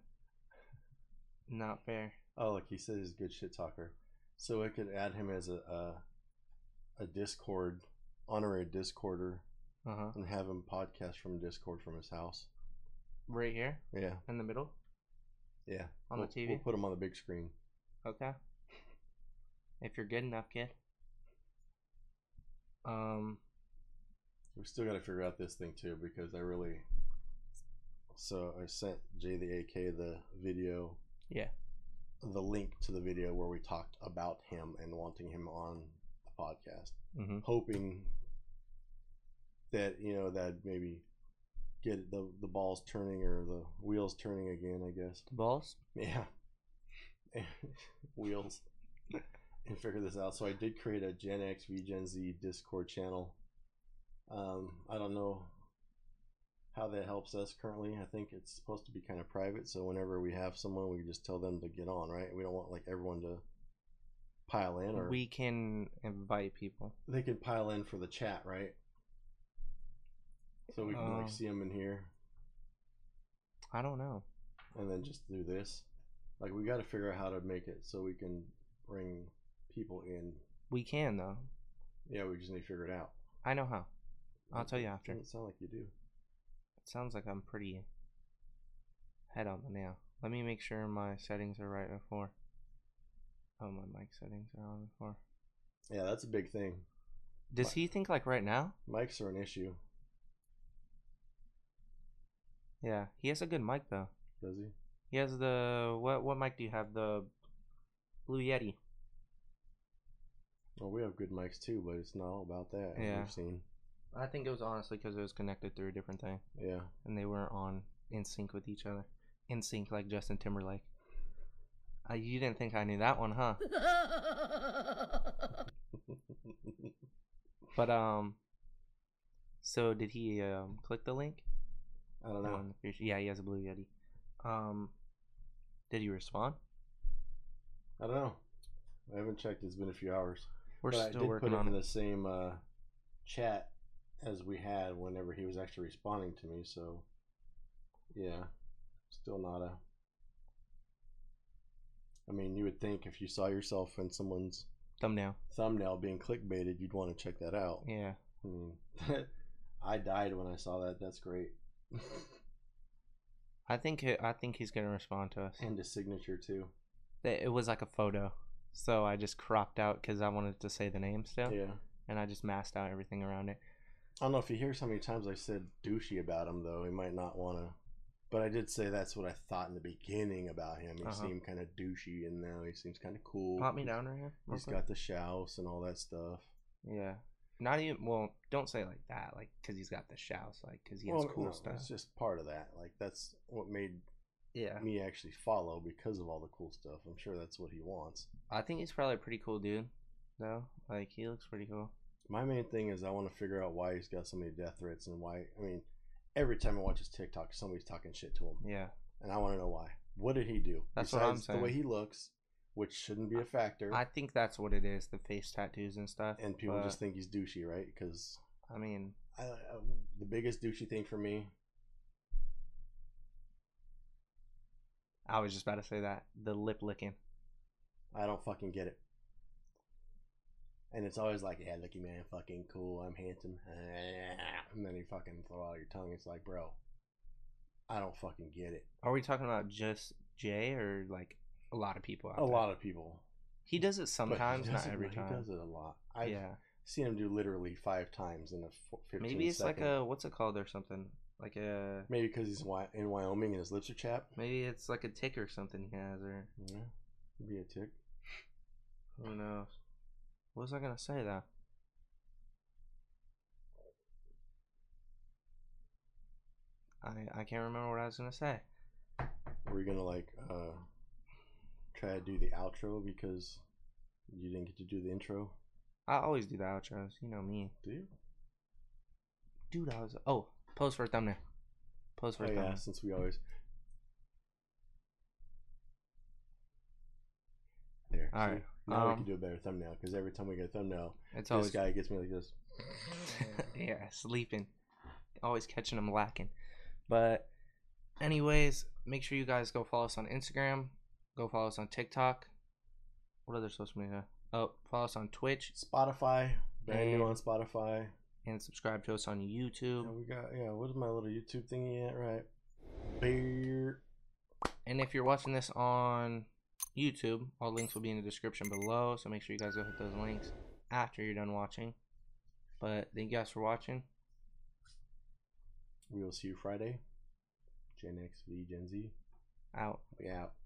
S3: Not fair.
S2: Oh, look, he says he's a good shit talker. So I could add him as a a, a Discord honorary Discorder
S3: Uh huh.
S2: and have him podcast from Discord from his house.
S3: Right here
S2: Yeah,
S3: in the middle
S2: yeah.
S3: on
S2: we'll,
S3: the TV.
S2: We'll put him on the big screen.
S3: Okay. If you're good enough, kid. Um.
S2: We still got to figure out this thing too because I really. So I sent Jay the AK the video,
S3: Yeah.
S2: the link to the video where we talked about him and wanting him on the podcast.
S3: Mm-hmm.
S2: hoping that you know that maybe get the the balls turning or the wheels turning again. I guess.
S3: Balls.
S2: Yeah. wheels. and figure this out. So I did create a Gen X V Gen Z Discord channel. Um, I don't know how that helps us currently. I think it's supposed to be kind of private, so whenever we have someone, we just tell them to get on, right? We don't want like everyone to pile in or
S3: We can invite people.
S2: they could pile in for the chat, right? So we can
S3: Um.
S2: like see them in here,
S3: I don't know.
S2: and then just do this. Like we got to figure out how to make it so we can bring people in.
S3: We can though.
S2: Yeah, we just need to figure it out.
S3: I know how. I'll tell you after. It
S2: Doesn't sound like you do.
S3: sounds like I'm pretty head on the nail. Let me make sure my settings are right before. Oh, my mic settings are on before.
S2: Yeah, that's a big thing.
S3: Does
S2: What?
S3: he think like right now?
S2: Mics are an issue,
S3: Yeah, he has a good mic though.
S2: does he?
S3: He has the what? What mic do you have? The Blue Yeti.
S2: Well, we have good mics too, but it's not all about that. as
S3: Yeah.
S2: We've seen.
S3: I think it was honestly because it was connected through a different thing,
S2: Yeah.
S3: and they weren't on in sync with each other. In sync like Justin Timberlake. Uh, you didn't think I knew that one, huh? But um, so did he um click the link?
S2: I don't know.
S3: On the fish- Yeah, he has a blue yeti. Um, did he respond?
S2: I don't know. I haven't checked. It's been a few hours.
S3: We're
S2: but I
S3: still
S2: did
S3: working
S2: put it
S3: on
S2: in
S3: it.
S2: the same uh, chat as we had whenever he was actually responding to me. So, yeah, still not a. I mean, you would think if you saw yourself in someone's
S3: Thumbnail.
S2: thumbnail being clickbaited, you'd want to check that out.
S3: Yeah.
S2: I mean, I died when I saw that. That's great.
S3: I think it, I think he's gonna respond to us.
S2: and his signature too.
S3: It it was like a photo, so I just cropped out because I wanted to say the name still,
S2: Yeah.
S3: and I just masked out everything around it.
S2: I don't know if he hears how many times I said douchey about him, though. He might not want to. But I did say that's what I thought in the beginning about him. He
S3: Uh-huh.
S2: seemed kind of douchey, and now he seems kind of cool.
S3: Pop me down right here. real
S2: He's
S3: quick.
S2: got the shouse and all that stuff.
S3: yeah. Not even well. Don't say it like that, like because he's got the shouts, like because he has
S2: Well,
S3: cool
S2: no,
S3: stuff.
S2: It's just part of that. Like that's what made
S3: Yeah.
S2: me actually follow because of all the cool stuff. I'm sure that's what he wants.
S3: I think he's probably a pretty cool dude, though. Like he looks pretty cool.
S2: My main thing is I want to figure out why he's got so many death threats and why. I mean, every time I watch his TikTok, somebody's talking shit to him.
S3: Yeah.
S2: and I want to know why. What did he do?
S3: That's what I'm
S2: the way
S3: saying.
S2: he looks, which shouldn't be a factor,
S3: I think that's what it is, the face tattoos and stuff.
S2: and people
S3: but,
S2: just think he's douchey, right? Because
S3: I mean,
S2: I, I, the biggest douchey thing for me,
S3: I was just about to say that. The lip licking.
S2: I don't fucking get it. And it's always like, yeah, looky man, fucking cool, I'm handsome. And then you fucking throw out your tongue. It's like, bro, I don't fucking get it.
S3: Are we talking about just Jay or like a lot of people? Out
S2: A lot of people.
S3: He does it
S2: but he
S3: sometimes,
S2: does
S3: not
S2: it-
S3: every
S2: he
S3: time.
S2: does it a lot. I've
S3: yeah,
S2: seen him do literally five times in a fo- 15
S3: maybe it's like
S2: second-
S3: a what's it called or something. Like a
S2: Maybe because he's Wy- in Wyoming and his lips are chapped.
S3: maybe it's like a tick or something he has or
S2: Yeah, could be a tick.
S3: who knows. What was I gonna say though? I I can't remember what I was gonna say.
S2: We're gonna like uh, try to do the outro because you didn't get to do the intro.
S3: I always do the outros. You know me,
S2: Do you?
S3: dude. I was oh post for a thumbnail. Post for
S2: Oh,
S3: a
S2: yeah,
S3: thumbnail.
S2: since we always. There.
S3: All
S2: see?
S3: right,
S2: Now we
S3: um,
S2: can do a better thumbnail because every time we get a thumbnail,
S3: It's
S2: this
S3: always
S2: guy gets me like this.
S3: yeah, sleeping. Always catching them lacking. But, anyways, make sure you guys go follow us on Instagram. Go follow us on TikTok. What other social media? Oh, follow us on Twitch
S2: Spotify, brand new
S3: And-
S2: on Spotify.
S3: and subscribe to us on
S2: Yeah,
S3: YouTube.
S2: we got yeah. What is my little YouTube thingy at? Right. Beer.
S3: And if you're watching this on YouTube, all links will be in the description below. So make sure you guys go hit those links after you're done watching. But thank you guys for watching.
S2: We will see you Friday. Gen X V Gen Z.
S3: Out.
S2: We out.